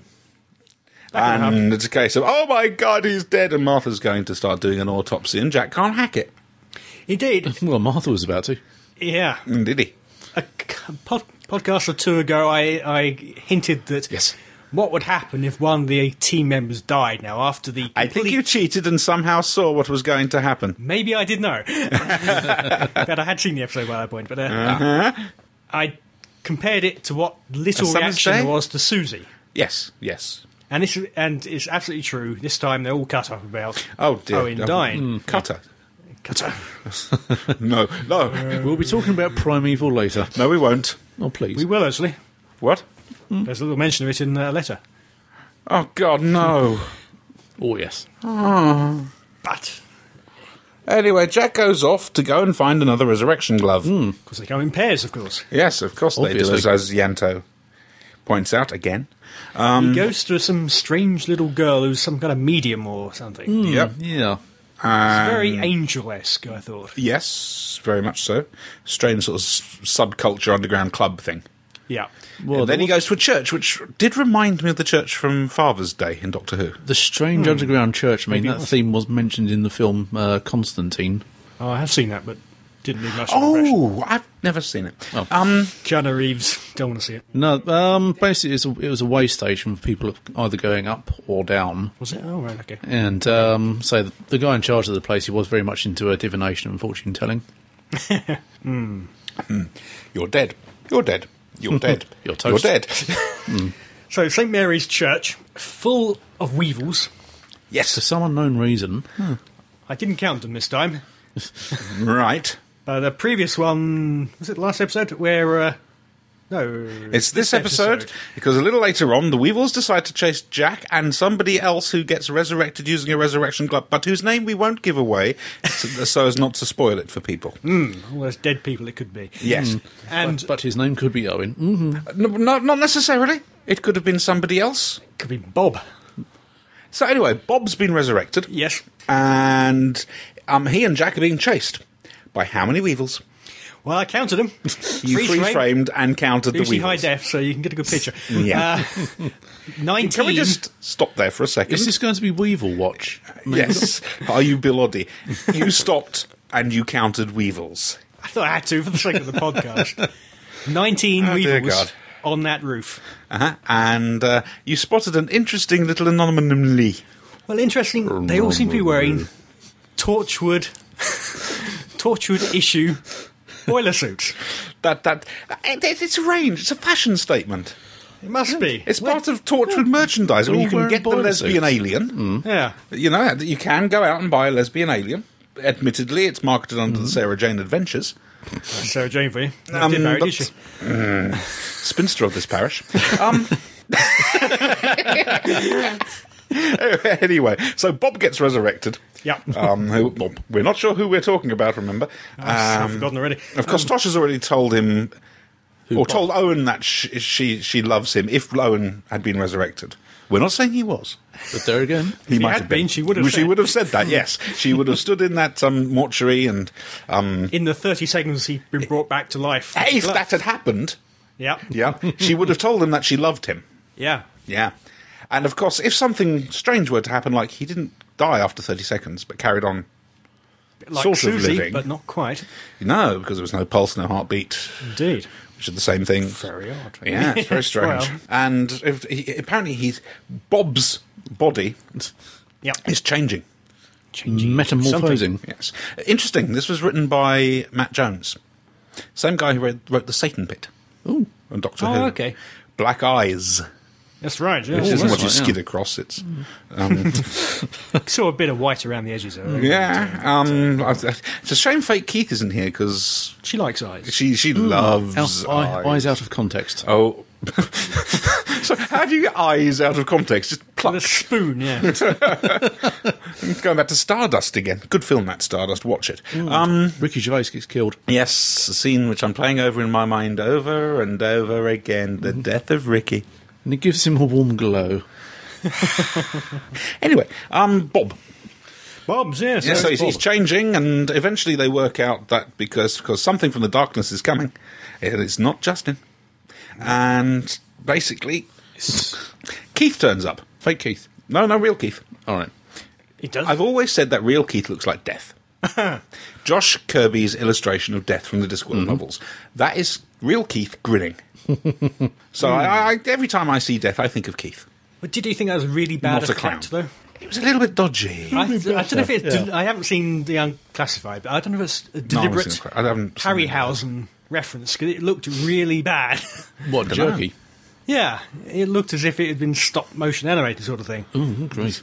S4: at the
S1: and it's a case of, oh my god, he's dead, and Martha's going to start doing an autopsy, and Jack can't hack it.
S4: Indeed.
S2: Well, Martha was about to.
S4: Yeah.
S1: And did he?
S4: a c- pod, podcast or two ago, I, I hinted that
S1: Yes.
S4: what would happen if one of the team members died. Now, after the complete,
S1: I think you cheated and somehow saw what was going to happen.
S4: maybe I did know that I had seen the episode by that point, but uh, I compared it to what
S1: As
S4: little
S1: Uh-huh. some
S4: reaction
S1: say.
S4: there was to Susie,
S1: Yes, yes.
S4: and this and it's absolutely true. This time they're all cut up about
S1: Oh dear.
S4: Owen dying. Mm.
S1: Cutter.
S4: Cut up.
S1: No, no,
S2: We'll be talking about Primeval later.
S1: no, we won't.
S2: Oh, please.
S4: We will actually.
S1: What?
S4: There's a little mention of it in uh, a letter,
S1: Oh God, no.
S2: oh, yes.
S4: but
S1: Anyway, Jack goes off to go and find another resurrection glove.
S4: because they go in pairs, of course.
S1: Yes, of course they do,
S2: Obviously.
S1: as, as Yanto points out again.
S4: he goes to some strange little girl who's some kind of medium or something.
S2: Hmm.
S1: Yep.
S2: Yeah.
S4: Very angel esque, I thought.
S1: Yes, very much so. Strange sort of s- subculture underground club thing.
S4: Yeah.
S2: Well,
S1: and then
S2: the,
S1: he goes to a church, which did remind me of the church from Father's Day in Doctor Who.
S2: the strange underground church. I mean, that theme Hmm. was mentioned in the film uh, Constantine.
S4: Oh, I have seen that, but didn't leave much impression.
S1: Oh, I've never seen it.
S2: Oh.
S1: Um,
S4: Keanu Reeves, don't want to see it.
S2: No, um, basically, it's a, it was a way station for people either going up or down.
S4: Was it? Oh, right, okay.
S2: And um, so the, the guy in charge of the place, he was very much into uh, divination and fortune telling.
S1: you're dead. You're dead. You're dead.
S2: You're toast.
S1: dead.
S4: So, St. Mary's Church, full of weevils.
S2: For
S1: yes.
S2: some unknown reason,
S4: I didn't count them this time.
S1: Right.
S4: But the previous one, was it the last episode? Where, uh, no.
S1: It's this episode, because a little later on, the Weevils decide to chase Jack and somebody else who gets resurrected using a resurrection glove, but whose name we won't give away so, so as not to spoil it for people.
S4: All those dead people it could be. Mm.
S1: Yes.
S4: And
S2: but his name could be Owen. hmm
S1: No, not, not necessarily. It could have been somebody else.
S4: it could be Bob.
S1: So, anyway, Bob's been resurrected.
S4: Yes.
S1: And um, he and Jack are being chased by how many Weevils?
S4: Well, I counted them.
S1: You
S4: Freeze frame.
S1: framed and countered the
S4: BBC
S1: Weevils.
S4: high def, so you can get a good picture.
S1: Yeah.
S4: Uh, 19.
S1: Can we just stop there for a second?
S2: Is this going to be Weevil Watch?
S1: yes. Are you Bill Oddie? You stopped and you counted Weevils.
S4: I thought I had to for the sake of the podcast. 19
S1: Oh, dear God.
S4: weevils on that roof.
S1: Uh-huh. And uh, you spotted an interesting little anonymity.
S4: Well, interesting. They all seem to be wearing torchwood, torchwood issue boiler suits.
S1: That that it, it- it's a range. It's a fashion statement.
S4: It must be.
S1: It's part of Torchwood merchandise. I mean,
S2: all
S1: you can
S2: wearing
S1: get the
S2: boiler
S1: lesbian
S2: suits. Mm.
S1: alien.
S4: yeah.
S1: You know, you can go out and buy a lesbian alien. Admittedly, it's marketed under
S4: Mm-hmm.
S1: the Sarah Jane Adventures,
S4: Sarah Jane for you. No,
S1: Um,
S4: did marry,
S1: but- Mm.
S4: did she?
S1: spinster of this parish. Um, anyway, so Bob gets resurrected.
S4: Yep.
S1: Um, who, well, we're not sure who we're talking about, remember?
S4: Ah, I've
S1: Um,
S4: forgotten already.
S1: Of course, Tosh has already told him, or told Owen that she, she she loves him. If Owen had been resurrected, we're not saying he was.
S2: But there again,
S1: He might
S4: had
S1: have been.
S4: been, she would have
S1: She
S4: said.
S1: would have said that. Yes, she would have stood in that um, mortuary, and um,
S4: In the 30 seconds he'd been brought back to life.
S1: if that had happened,
S4: Yeah.
S1: yeah, she would have told him that she loved him.
S4: Yeah.
S1: Yeah, and of course, if something strange were to happen, like he didn't die after thirty seconds, but carried on.
S4: Like
S1: Sort of
S4: Susie,
S1: living.
S4: but not quite.
S1: No, because there was no pulse, no heartbeat,
S4: Indeed.
S1: which are the same thing.
S4: Very odd.
S1: Yeah, it's very strange.
S4: Well.
S1: And if he, apparently, he's Bob's body
S4: Yep.
S1: is changing.
S2: metamorphosing.
S1: Yes, interesting. This was written by Matt Jones, same guy who read, wrote the Satan Pit.
S2: Ooh.
S1: on Doctor
S4: Oh,
S1: Who.
S4: okay.
S1: Black Eyes.
S4: That's right. Yeah.
S1: This isn't
S2: that's
S1: what you
S2: right, yeah.
S1: skid across. It's um,
S4: saw a bit of white around the edges. Though.
S1: yeah. Um, I- I- it's a shame Fake Keith isn't here because
S4: She likes eyes.
S1: she she loves
S2: Out, Hmm. eye,
S1: eyes.
S2: eyes out of context.
S1: Oh. so how do you get eyes out of context? Just
S4: With
S1: pluck.
S4: a spoon, yeah.
S1: Going back to Stardust again. Good film that Stardust. Watch it.
S2: Hmm.
S1: Um,
S2: Ricky Gervais gets killed.
S1: yes, a scene which I'm playing over in my mind over and over again.
S2: Hmm.
S1: The death of Ricky.
S2: And it gives him a warm glow.
S1: Anyway, um, Bob.
S4: Bob's, yeah. So
S1: Yeah, so
S4: it's
S1: he's, he's
S4: Bob.
S1: changing, and eventually they work out that because because something from the darkness is coming, and it's not Justin. And basically, Keith turns up.
S2: Fake Keith.
S1: No, no, real Keith.
S2: All right.
S4: It does.
S1: I've always said that real Keith looks like death. Josh Kirby's illustration of death from the Discworld novels. That is real Keith grinning. so I, I, every time I see death, I think of Keith.
S4: But did you think that was really bad
S1: Not a
S4: effect,
S1: clown.
S4: though?
S1: It was a little bit dodgy.
S4: I, I don't know if it's. I haven't seen the unclassified, but I don't know if it's
S1: No,
S4: a
S1: I haven't
S4: deliberate
S1: seen it. I haven't seen it.
S4: Harryhausen reference because it looked really bad.
S2: What, jerky?
S4: yeah, it looked as if it had been stop motion animated sort of thing.
S2: Ooh, mm-hmm, great.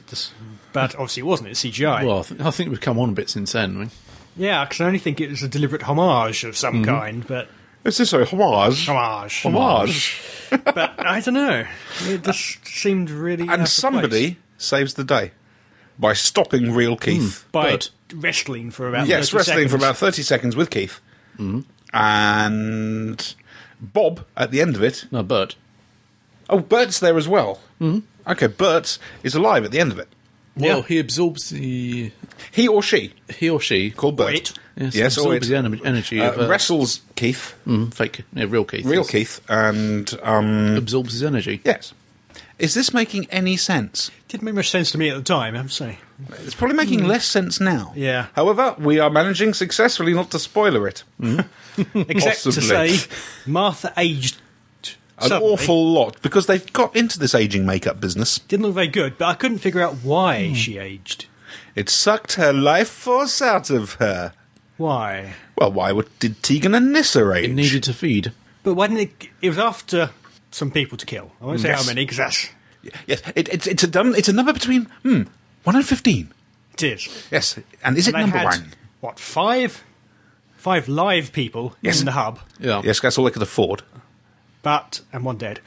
S4: But obviously, it wasn't. It's CGI.
S2: Well, I, th- I think we've come on a bit since then. haven't we?
S4: Yeah, I can only think it was a deliberate homage of some kind, but
S1: Is this a homage?
S4: homage.
S1: Mm-hmm. Homage.
S4: but I don't know. It just seemed really. out
S1: and
S4: of
S1: somebody
S4: place.
S1: saves the day by stopping real Keith.
S4: by
S2: But-
S4: wrestling for about
S1: Yes,
S4: 30
S1: wrestling for
S4: seconds.
S1: about thirty seconds with Keith, and Bob at the end of it.
S2: No, Bert.
S1: Oh, Bert's there as well. Mm-hmm. Okay, Bert is alive at the end of it.
S2: Well,
S4: Yeah.
S2: he absorbs the.
S1: He or she
S2: He or she.
S1: called Bert.
S4: Wait.
S2: Yes,
S1: yes, or
S2: absorbs
S1: it,
S2: the ener- energy
S1: uh,
S2: of. Uh,
S1: wrestles Keith,
S2: mm, fake. Yeah, real Keith.
S1: real
S2: yes.
S1: Keith, and um,
S2: Absorbs his energy.
S1: yes. Is this making any sense?
S4: Didn't make much sense to me at the time, I have to say.
S1: It's probably making less sense now.
S4: Yeah.
S1: However, we are managing successfully not to spoiler it.
S4: Except
S1: Possibly.
S4: to say, Martha aged
S1: an
S4: suddenly.
S1: awful lot because they've got into this aging makeup business.
S4: Didn't look very good, but I couldn't figure out why
S1: Hmm.
S4: she aged.
S1: It sucked her life force out of her.
S4: Why?
S1: Well, why would, did Tegan and Nissa age?
S2: It needed to feed.
S4: But why didn't it? It was after some people to kill. I won't say
S1: Yes.
S4: how many because that's
S1: yes, it, it's it's a dumb, it's a number between hmm one and fifteen.
S4: it is.
S1: Yes, and is it
S4: they
S1: number
S4: had
S1: one?
S4: what five, five live people
S1: Yes.
S4: in the hub,
S2: Yeah.
S1: Yes, that's all they could afford.
S4: but and one dead.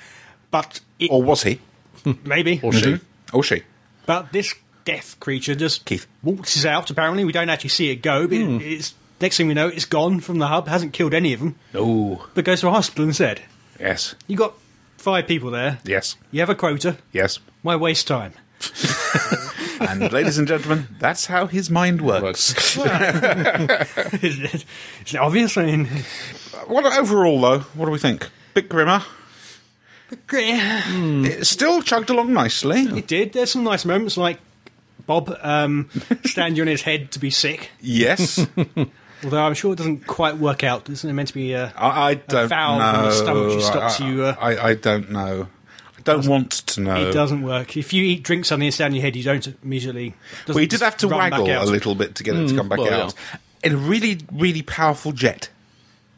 S4: But it,
S1: Or was he? Hmm?
S4: maybe.
S2: Or she.
S1: Or she?
S4: But this death creature just
S1: Keith. Hmm.
S4: waltzes out. Apparently, we don't actually see it go. But it, it's next thing we know, it's gone from the hub. Hasn't killed any of them,
S1: No.
S4: but goes to a hospital instead.
S1: Yes.
S4: You got five people there.
S1: Yes.
S4: You have a quota.
S1: Yes.
S4: Why waste time?
S1: And ladies and gentlemen, that's how his mind works.
S4: is it is it obvious? I mean,
S1: what overall though? What do we think? Bit grimmer.
S4: it
S1: It still chugged along nicely.
S4: did. There's some nice moments like Bob um, standing on his head to be sick.
S1: Yes.
S4: Although I'm sure it doesn't quite work out. Isn't it meant to be uh, a
S1: I, I don't
S4: foul
S1: know.
S4: from the stomach just stops
S1: I,
S4: you, uh,
S1: I, I don't know. I don't want to know.
S4: It doesn't work. If you eat, drink something that's down your head, you don't immediately. doesn't
S1: We did
S4: just
S1: have to
S4: run back
S1: waggle
S4: out.
S1: a little bit to get it to come back
S2: well,
S1: out. In a really, really powerful jet.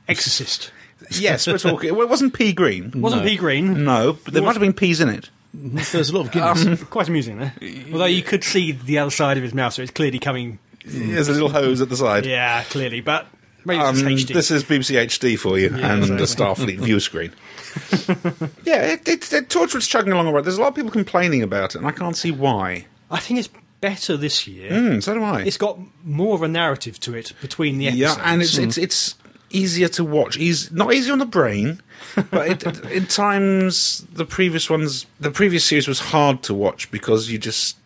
S4: Exorcist.
S1: Yes, we're talking. Well, it wasn't pea green.
S4: Wasn't
S2: No.
S4: pea green.
S1: No, but there might have been peas in it.
S2: There's a lot of Guinness.
S4: Quite amusing there. Although you could see the other side of his mouth, so it's clearly coming.
S1: There's a little hose at the side.
S4: Mm. Yeah, clearly. But maybe
S1: Um,
S4: it's just HD.
S1: this is BBC HD for you and the
S4: exactly.
S1: Starfleet view screen. yeah, it, it, it, Torchwood's chugging along all right. There's a lot of people complaining about it, and I can't see why.
S4: I think it's better this year.
S1: Hmm, so do I.
S4: It's got more of a narrative to it between the
S1: yeah,
S4: episodes.
S1: and it's,
S2: Hmm.
S1: it's it's easier to watch. Eas not easy on the brain, but it, it, in times the previous ones, the previous series was hard to watch because you just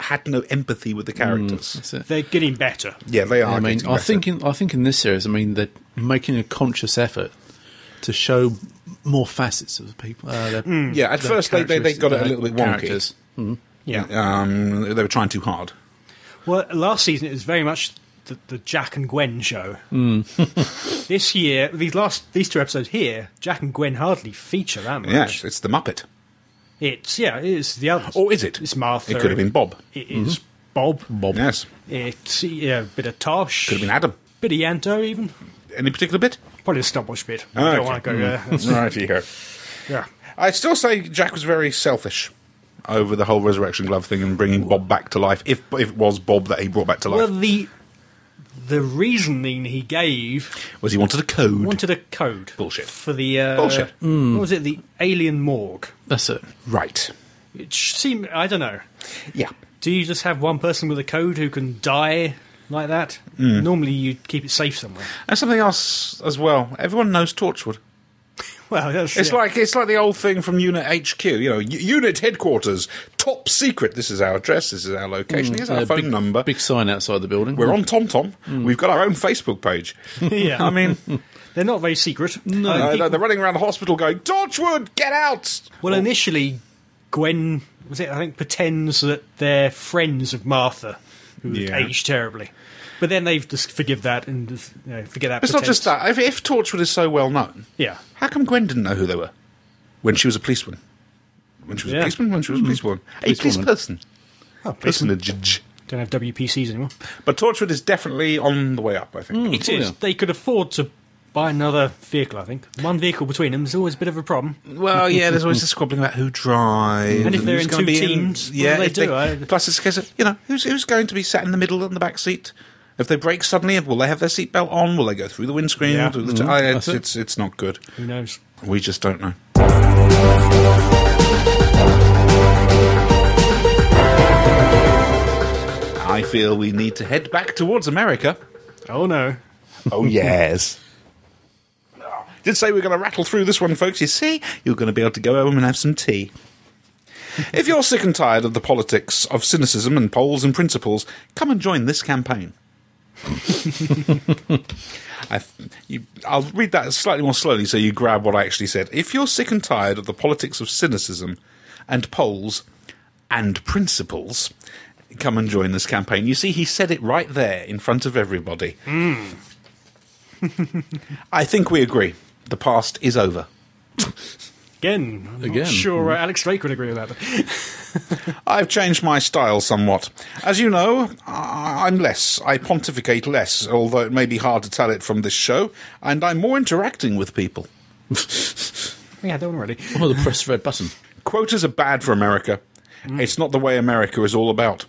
S1: had no empathy with the characters.
S2: Hmm. That's it.
S4: They're getting better.
S1: Yeah, they are.
S2: I mean,
S1: getting
S2: I
S1: better.
S2: think in I think in this series, I mean, they're making a conscious effort to show more facets of the people. Uh, their,
S1: yeah, at
S2: their
S1: Hmm. first they, they, they got it a
S2: characteristics,
S1: little bit
S2: their
S1: wonky.
S2: uh, characters.
S4: Yeah.
S1: Um, they were trying too hard.
S4: Well, last season it was very much the, the Jack and Gwen show.
S1: Hmm.
S4: this year, these last these two episodes here, Jack and Gwen hardly feature that much.
S1: Yeah, it's the Muppet,
S4: It's yeah, it's the others.
S1: or Oh, is it?
S4: It's Martha.
S1: It could have been Mm-hmm. Bob.
S4: It is Bob.
S2: Bob.
S1: Yes,
S4: It's yeah, a bit of Tosh.
S1: could have been Adam.
S4: bit of Yanto even.
S1: Any particular bit?
S4: Probably the stopwatch bit.
S1: Ah,
S4: I
S1: okay.
S4: don't
S1: Hmm.
S4: want to go there. That's-
S1: Right here.
S4: yeah.
S1: I still say Jack was very selfish over the whole resurrection glove thing and bringing Bob back to life. If, if it was Bob that he brought back to life,
S4: Well, the the reasoning he gave
S1: was he wanted a code?
S4: wanted a code
S1: Bullshit.
S4: for the uh,
S1: Bullshit. Hmm.
S4: What was it? The alien morgue.
S2: That's it.
S1: right.
S4: It seemed I don't know.
S1: Yeah.
S4: Do you just have one person with a code who can die like that?
S1: Hmm.
S4: Normally, you keep it safe somewhere.
S1: And something else as well. Everyone knows Torchwood.
S4: Well, that's,
S1: It's
S4: yeah.
S1: like it's like the old thing from Unit HQ. You know, U- Unit Headquarters, top secret. This is our address. This is our location. Here's our
S2: Uh,
S1: phone
S2: big,
S1: number.
S2: Big sign outside the building.
S1: We're on TomTom. We've got our own Facebook page.
S4: yeah.
S1: I mean,
S4: they're not very secret. No,
S1: uh, they're running around the hospital going, Torchwood, get out!
S4: well, initially, Gwen was it? I think pretends that they're friends of Martha, who
S1: Yeah.
S4: aged terribly. But then they've just forgive that and just, you know, forget that.
S1: It's not just
S4: pretense.
S1: that. If, if Torchwood is so well known,
S4: Yeah.
S1: How come Gwen didn't know who they were when she was a policeman? When she was
S4: Yeah.
S1: a policeman, when she was a Hmm. policewoman, a police person,
S4: Oh, policemen
S1: personage.
S4: don't have WPCs anymore.
S1: But Torchwood is definitely on the way up. I think.
S4: It
S2: Oh,
S4: is.
S2: yeah.
S4: They could afford to buy another vehicle. I think one vehicle between them is always a bit of a problem.
S1: Hmm. Well, yeah. There's always the squabbling about who drives,
S4: And if they're
S1: who's
S4: in
S1: gonna
S4: two
S1: be
S4: teams, what do they
S1: if
S4: do? I-
S1: plus, it's a case of you know who's who's going to be sat in the middle in the back seat. If they brake suddenly, will they have their seatbelt on? Will they go through the windscreen?
S4: Yeah. Mm-hmm.
S1: Through the t- I- it's,
S2: That's it.
S1: it's it's not good.
S4: Who knows?
S1: We just don't know. I feel we need to head back towards America.
S4: Oh no.
S1: Oh, yes. Did say we are going to rattle through this one, folks. You see, you're going to be able to go home and have some tea. if you're sick and tired of the politics of cynicism and polls and principles, come and join this campaign. I th- you, I'll read that slightly more slowly so you grab what I actually said. If you're sick and tired of the politics of cynicism and polls and principles, come and join this campaign. You see, he said it right there in front of everybody. I think we agree. The past is over.
S4: Again, I'm
S2: Again.
S4: Not sure uh, Alex Drake would agree with that. But
S1: I've changed my style somewhat. As you know, I- I'm less. I pontificate less, although it may be hard to tell it from this show, and I'm more interacting with people.
S4: yeah, that one already.
S2: Or the press red button.
S1: Quotas are bad for America. It's not the way America is all about.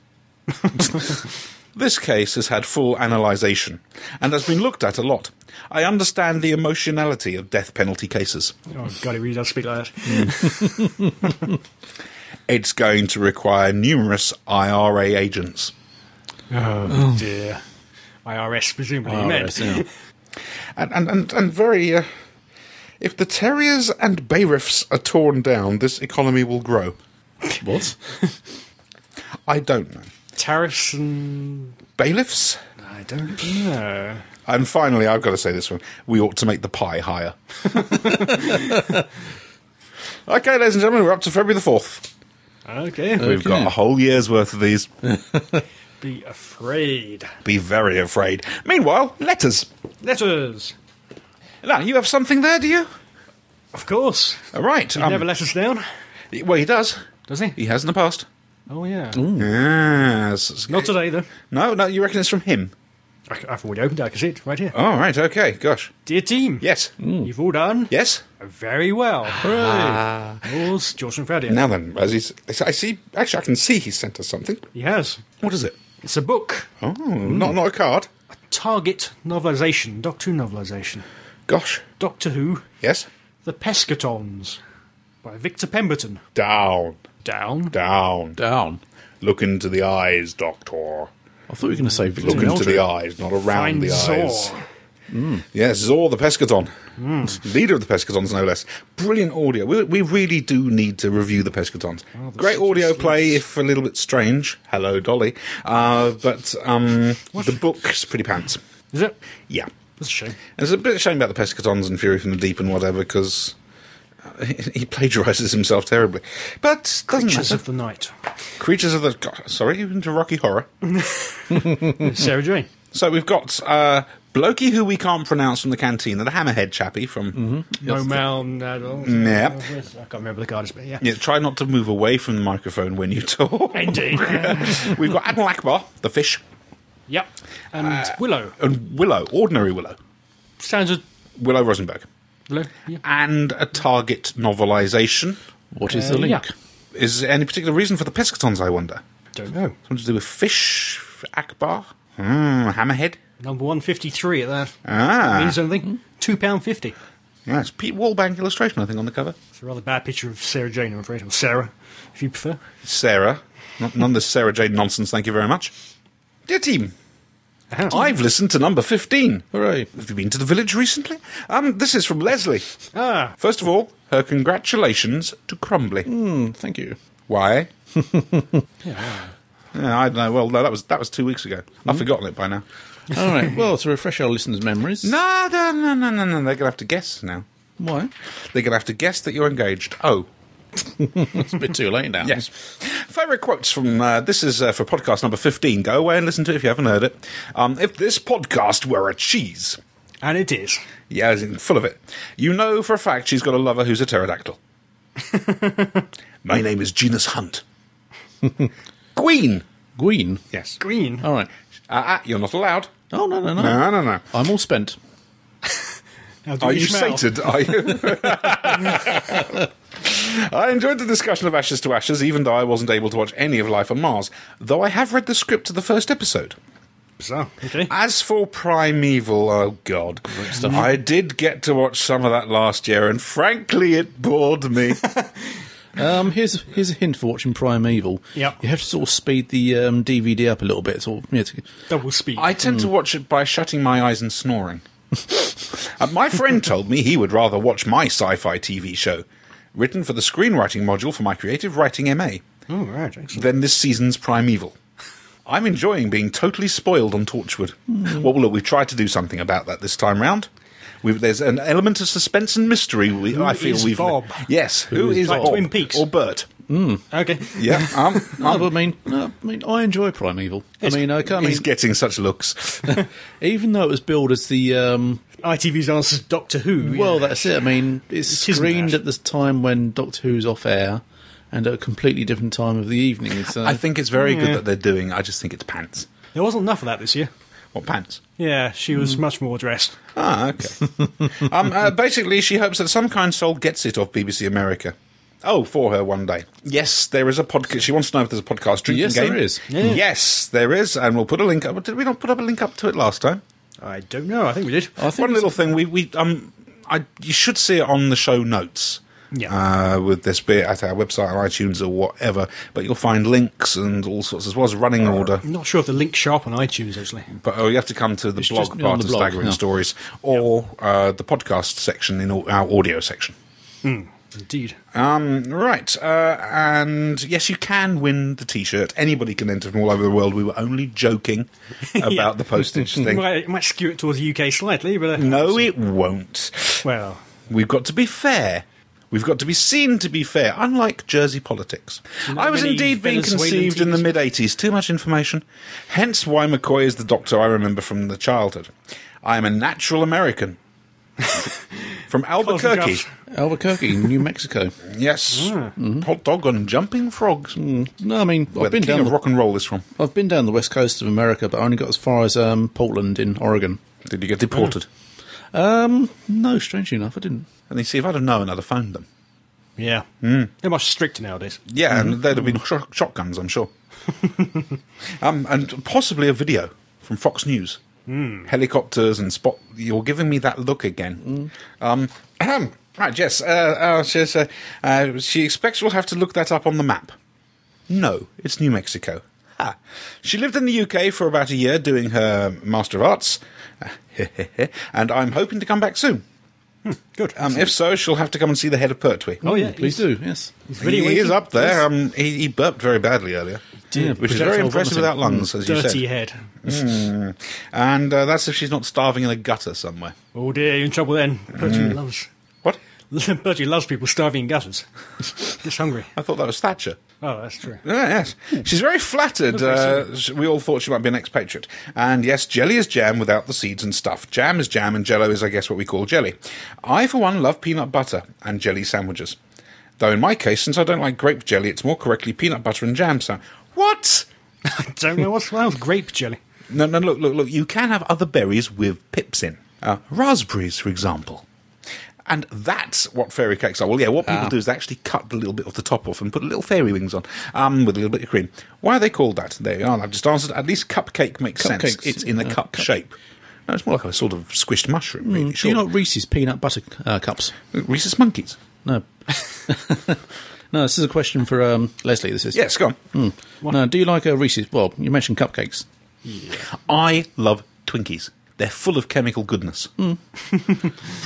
S1: this case has had full analysation and has been looked at a lot. I understand the emotionality of death penalty cases.
S4: Oh god, he really does speak like that.
S2: Mm.
S1: It's going to require numerous IRA agents.
S4: Oh dear. IRS presumably he meant.
S2: IRS, yeah.
S1: and and and, and very. Uh, if the terriers and bailiffs are torn down, this economy will grow.
S2: What?
S1: I don't know.
S4: Tariffs and
S1: Bailiffs?
S4: I don't know.
S1: And finally, I've got to say this one. We ought to make the pie higher. okay, ladies and gentlemen, we're up to February the 4th.
S4: Okay.
S1: We've got
S2: Okay.
S1: a whole year's worth of these.
S4: Be afraid.
S1: Be very afraid. Meanwhile, letters.
S4: Letters!
S1: Now, you have something there, do you?
S4: Of course.
S1: All right. um,
S4: Never let us down.
S1: well, he does.
S4: Does he?
S1: He has in the past.
S4: Oh, yeah.
S1: Yes.
S4: Not today, though.
S1: No, no, you reckon it's from him?
S4: I, have already opened it. I can see it right here.
S1: Oh, right, okay, gosh.
S4: Dear team,
S1: Yes. Mm.
S4: you've all done
S1: Yes?
S4: very well. Hooray! All's George and Freddie.
S1: Now then, as he's. I see. Actually, I can see he sent us something.
S4: He has.
S1: What is it?
S4: It's a book.
S1: Oh, not, not a card.
S4: Target novelisation. Doctor Who novelisation.
S1: Gosh.
S4: Doctor Who,
S1: Yes?
S4: The Pescatons by Victor Pemberton.
S1: Down,
S4: Down.
S1: down.
S2: Down.
S1: Look into the eyes, Doctor.
S2: I thought you were going to say Victor
S1: Look into
S2: Meldrew.
S1: the eyes, not around
S4: Find
S1: the eyes.
S4: Zor.
S1: Yes, Zor the Pescaton. Leader of the Pescatons, no less. Brilliant audio. We, we really do need to review Oh, the Pescatons. Great audio play, if a little bit strange. Hello, Dolly. Uh, but um, the book's pretty pants.
S4: Is it?
S1: Yeah.
S4: That's a shame.
S1: And it's a bit of a shame about the Pescatons and Fury from the Deep and whatever, because he plagiarises himself terribly. But doesn't
S4: Creatures
S1: matter.
S4: of the Night.
S1: Creatures of the. God, sorry, you into Rocky Horror.
S4: Sarah Jane.
S1: So we've got uh, Blokey, who we can't pronounce from the canteen, and the Hammerhead chappie from.
S4: No Mound. No,
S1: Yep.
S4: I can't remember the artist, but yeah.
S1: Yeah, try not to move away from the microphone when you talk.
S4: Indeed.
S1: We've got Admiral Akbar, the fish,
S4: yep. And
S1: Uh,
S4: Willow.
S1: and Willow, ordinary Willow,
S4: Standard.
S1: Willow Rosenberg,
S4: Willow. Yeah.
S1: and a target novelisation.
S2: What is the
S4: Uh,
S2: link?
S4: yeah.
S1: Is there any particular reason for the Pescatons, I wonder?
S4: Don't know.
S1: Something to do with fish, Akbar, hmm, Hammerhead.
S4: Number 153 at that.
S1: Ah.
S4: Means anything? £2.50.
S1: That's Pete Wallbank illustration, I think, on the cover.
S4: It's a rather bad picture of Sarah Jane, I'm afraid. Or Sarah, if you prefer.
S1: Sarah. N- None of this Sarah Jade nonsense, thank you very much. Dear team, I've listened to number 15.
S2: Hooray.
S1: Have you been to the village recently? Um, this is from Leslie.
S4: Ah,
S1: First of all, her congratulations to Crumbly.
S2: Mm, thank you.
S1: Why? yeah, I don't know. Well, no, that was that was two weeks ago. I've forgotten it by now.
S2: All right. Well, to refresh our listeners' memories.
S1: No, no, no, no, no, no. They're gonna have to guess now.
S2: Why?
S1: They're gonna have to guess that you're engaged. Oh,
S2: It's a bit too late now.
S1: Yes. Favourite quotes from uh, this is uh, for podcast number 15. Go away and listen to it if you haven't heard it. Um, if this podcast were a cheese,
S4: and it is.
S1: yeah, it's full of it, you know for a fact she's got a lover who's a pterodactyl. My name is Genus Hunt. Queen.
S2: Gween.
S1: Yes.
S4: Green.
S2: All right.
S1: Uh, uh, you're not allowed.
S2: Oh, no, no, no.
S1: No, no, no.
S2: I'm all spent.
S4: Now, do
S1: Are Oh, you
S4: smell?
S1: sated? Are you? I enjoyed the discussion of Ashes to Ashes, even though I wasn't able to watch any of Life on Mars, though I have read the script to the first episode.
S4: Bizarre. Okay.
S1: As for Primeval, oh god, I did get to watch some of that last year, and frankly, it bored me.
S2: Um, here's here's a hint for watching Primeval.
S4: Yep.
S2: You have to sort of speed the um, DVD up a little bit. Sort of, yeah, to-
S4: Double speed.
S1: I tend to watch it by shutting my eyes and snoring. Uh, my friend told me he would rather watch my sci-fi TV show, written for the screenwriting module for my creative writing MA,
S4: oh, right. Excellent.
S1: than this season's Primeval. I'm enjoying being totally spoiled on Torchwood. Well, look, we've tried to do something about that this time round. We've, there's an element of suspense and mystery. We, I feel
S4: is
S1: we've
S4: Bob?
S1: yes. Who
S2: is
S1: is
S4: Like
S1: Bob
S4: Twin Peaks.
S1: or Bert?
S4: Okay.
S1: Yeah, um,
S2: No, but I mean, no, I mean, I enjoy Primeval. I mean, I can't. I
S1: he's
S2: mean,
S1: getting such looks.
S2: even though it was billed as the um,
S4: ITV's answers Doctor Who. yeah.
S2: well, that's it. I mean, it's
S4: It isn't
S2: screened
S4: that.
S2: at this time when Doctor Who's off air, and at a completely different time of the evening. uh, So
S1: I think it's very good that they're doing. I just think it's pants.
S4: There wasn't enough of that this year.
S1: What pants?
S4: Yeah, she was
S1: Hmm.
S4: much more dressed.
S1: Ah, okay. um, uh, basically, she hopes that some kind soul gets it off BBC America. Oh, for her one day. Yes, there is a podcast. She wants to know if there's a podcast drinking
S2: Yes,
S1: game.
S2: there is.
S1: Yes, there is, and we'll put a link up. Did we not put up a link up to it last time?
S4: I don't know. I think we did.
S2: I think
S1: One
S2: it's-
S1: little thing. We we um, I you should see it on the show notes.
S4: Yeah.
S1: Uh, with this bit at our website on iTunes or whatever, but you'll find links and all sorts as well as running order.
S4: I'm not sure if the link's sharp on iTunes, actually.
S1: But oh, you have to come to the
S2: It's
S1: blog
S2: just on
S1: part
S2: the
S1: of
S2: blog,
S1: Staggering
S2: yeah.
S1: Stories or uh, the podcast section in au- our audio section.
S4: Indeed.
S1: Um, right, uh, and yes, you can win the T-shirt. Anybody can enter from all over the world. We were only joking about the postage
S4: It
S1: thing.
S4: might, it might skew it towards the UK slightly, but. Uh,
S1: No, it won't.
S4: Well,
S1: We've got to be fair. We've got to be seen to be fair, unlike Jersey politics. I was
S4: many
S1: indeed being
S4: Venezuelan
S1: conceived in the
S4: teams?
S1: mid 80s. Too much information. Hence why McCoy is the doctor I remember from the childhood. I am a natural American from Albuquerque.
S4: Cuff.
S2: Albuquerque, New Mexico.
S1: Yes,
S4: Hmm.
S1: hot dog on jumping frogs.
S2: No, I mean
S1: Where
S2: Hmm.
S1: the
S2: I've been
S1: king
S2: down
S1: of
S2: the,
S1: rock and roll is from.
S2: I've been down the west coast of America, but I only got as far as um, Portland in Oregon.
S1: Did you get deported?
S2: Um, no, strangely enough, I didn't.
S1: And they see if I'd have known, I'd have phoned them.
S4: Yeah.
S1: Hmm.
S4: They're much stricter nowadays.
S1: Yeah, and there'd have been sh- shotguns, I'm sure. um, and possibly a video from Fox News. Helicopters and spot. You're giving me that look again. Um, ahem. right, yes. Uh, uh, she, uh, uh, she expects we'll have to look that up on the map. No, it's New Mexico. Ah. She lived in the UK for about a year doing her Master of Arts, and I'm hoping to come back soon.
S4: Good.
S1: Um, if so, she'll have to come and see the head of Pertwee.
S4: oh, yeah.
S2: Please do, yes.
S4: He's
S1: He,
S4: really
S1: he is
S4: winking.
S1: up there. Um, he, he burped very badly earlier,
S2: Yeah,
S1: which is very
S2: projectile
S1: impressive without
S2: vomiting.
S1: lungs, as you
S4: Dirty
S1: said.
S4: head.
S1: And uh, that's if she's not starving in a gutter somewhere.
S4: Oh dear, you're in trouble then.
S1: Hmm.
S4: Bertie loves.
S1: What?
S4: Bertie loves people starving in gutters. Just hungry.
S1: I thought that was Thatcher.
S4: Oh, that's true.
S1: Ah, yes. She's very flattered. Uh, sh- we all thought she might be an expatriate. And yes, jelly is jam without the seeds and stuff. Jam is jam, and jello is, I guess, what we call jelly. I, for one, love peanut butter and jelly sandwiches. Though in my case, since I don't like grape jelly, it's more correctly peanut butter and jam sandwich. What?
S4: I don't know what's wrong with grape jelly.
S1: No, no, look, look, look. You can have other berries with pips in. Uh, raspberries, for example. And that's what fairy cakes are. Well, yeah, what people
S2: Ah.
S1: do is they actually cut the little bit off the top off and put little fairy wings on um, with a little bit of cream. Why are they called that? There you are. I've just answered. At least cupcake makes sense.
S2: Cupcakes,
S1: It's in a
S2: uh,
S1: cup, shape. No, it's more like a sort of squished mushroom, really.
S2: Do Mm, you
S1: Sure.
S2: know Reese's peanut butter uh, cups?
S1: Reese's monkeys.
S2: No. no, this is a question for um, Leslie. This is
S1: Yes, go on.
S2: Mm. No, do you like uh, Reese's? Well, you mentioned cupcakes.
S1: I love Twinkies. They're full of chemical goodness.
S2: Mm.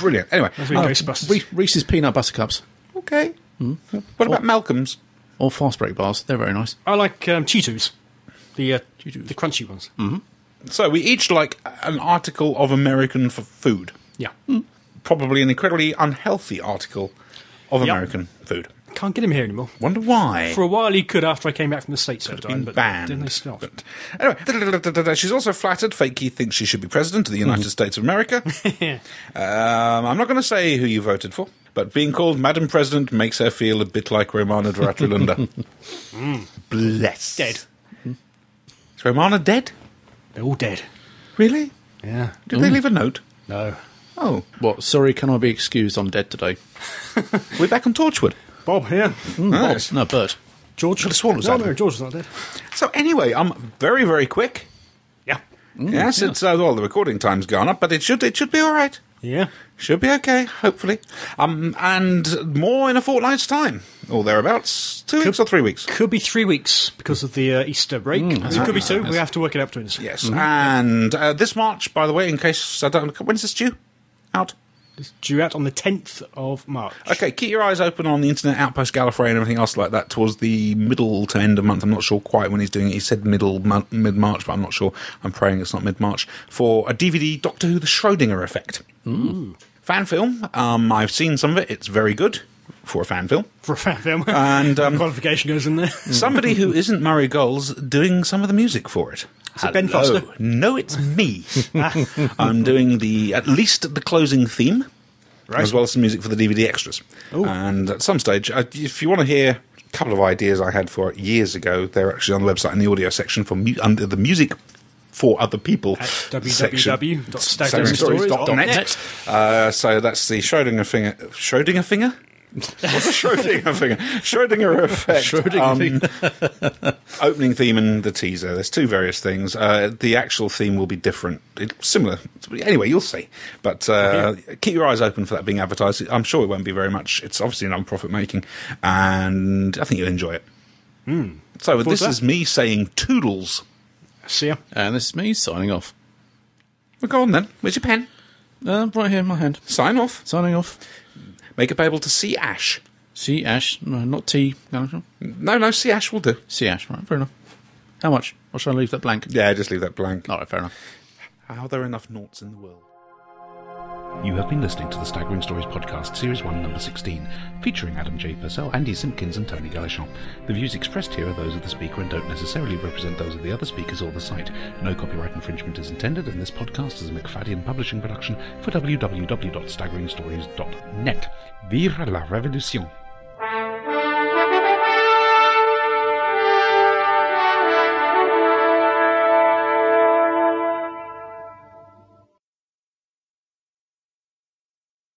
S1: Brilliant. Anyway, uh,
S4: That's what Ghostbusters.
S2: Uh, Re- Reese's peanut butter cups
S1: okay.
S2: Mm.
S1: What about Malcolm's?
S2: or fast break bars. They're very nice.
S4: I like um, Cheetos. The, uh,
S2: Cheetos.
S4: the crunchy ones.
S1: Hmm. So we each like an article of American f- food,
S4: Yeah.
S1: probably an incredibly unhealthy article of
S4: Yep.
S1: American food.
S4: Can't get him here anymore.
S1: Wonder why?
S4: For a while he could after I came back from the States
S1: It's
S4: sometime,
S1: been
S4: but
S1: banned.
S4: then they stopped.
S1: But- anyway, she's also flattered. Fakey thinks she should be president of the
S4: Mm-hmm.
S1: United States of America. um, I'm not going to say who you voted for, but being called Madam President makes her feel a bit like Romana Duratlulunda. Bless.
S4: Dead.
S1: Is Romana dead?
S4: They're all dead.
S1: Really?
S4: Yeah.
S1: Did they leave a note?
S4: No.
S1: Oh,
S2: What? Sorry, can I be excused? I'm dead today. Hmm,
S1: we're back on Torchwood.
S4: Bob here.
S1: Nice.
S2: No, Bert.
S4: George.
S1: Well, the swan was
S4: no,
S1: out.
S4: no, George is not dead.
S1: So anyway, I'm very very quick.
S4: Yeah.
S1: yes, it's uh, well the recording time's gone up, but it should it should be all right.
S4: Yeah.
S1: Should be okay, hopefully. Um, and more in a fortnight's time or thereabouts, two weeks or three weeks.
S4: Could be three weeks because of the uh, Easter break. it could be two. We have to work it out between us.
S1: Yes, and uh, this March, by the way, in case I don't, when's this due? Out.
S4: It's due out on the 10th of March.
S1: Okay, keep your eyes open on the Internet Outpost Gallifrey and everything else like that towards the middle to end of month. I'm not sure quite when he's doing it. He said middle mid March, but I'm not sure. I'm praying it's not mid March for a DVD Doctor Who: The Schrodinger Effect fan film. Um, I've seen some of it. It's very good for a fan film.
S4: For a fan film.
S1: And, um,
S4: qualification goes in there.
S1: Somebody who isn't Murray Goals doing some of the music for it.
S4: Is it Ben
S1: Hello.
S4: Foster?
S1: No, it's me. Ah, I'm doing the at least the closing theme, as well as some music for the DVD extras. And at some stage, I- if you want to hear a couple of ideas I had for it years ago, they're actually on the website in the audio section for mu- under the music for other people
S4: At
S1: section.
S4: www.staggeringstories.net.
S1: Uh, so that's the Schrodinger finger. Schrodinger finger. What's a Schrodinger finger? Schrodinger effect.
S2: Schrodinger
S1: um, opening theme and the teaser. There's two various things. Uh, the actual theme will be different, it, similar. Anyway, you'll see. But uh, keep your eyes open for that being advertised. I'm sure it won't be very much. It's obviously non-profit making, and I think you'll enjoy it. So this
S4: to that.
S1: is me saying toodles.
S4: See ya.
S2: And this is me signing off.
S1: Well, go on then. Where's your pen?
S2: Uh, right here in my hand.
S1: Sign off.
S2: Signing off.
S1: Make it payable to C Ash.
S2: See Ash. No, not T. No, no.
S1: No, no, C Ash will do.
S2: See Ash. Right, fair enough. How much? Or shall I leave that blank?
S1: Yeah, just leave that blank.
S2: All right, fair enough.
S1: Are there enough noughts in the world? You have been listening to the Staggering Stories Podcast, Series 1, Number 16, featuring Adam J. Purcell, Andy Simpkins, and Tony Galichan. The views expressed here are those of the speaker and don't necessarily represent those of the other speakers or the site. No copyright infringement is intended, and this podcast is a McFadden publishing production for www.staggeringstories.net. Vive la Revolution!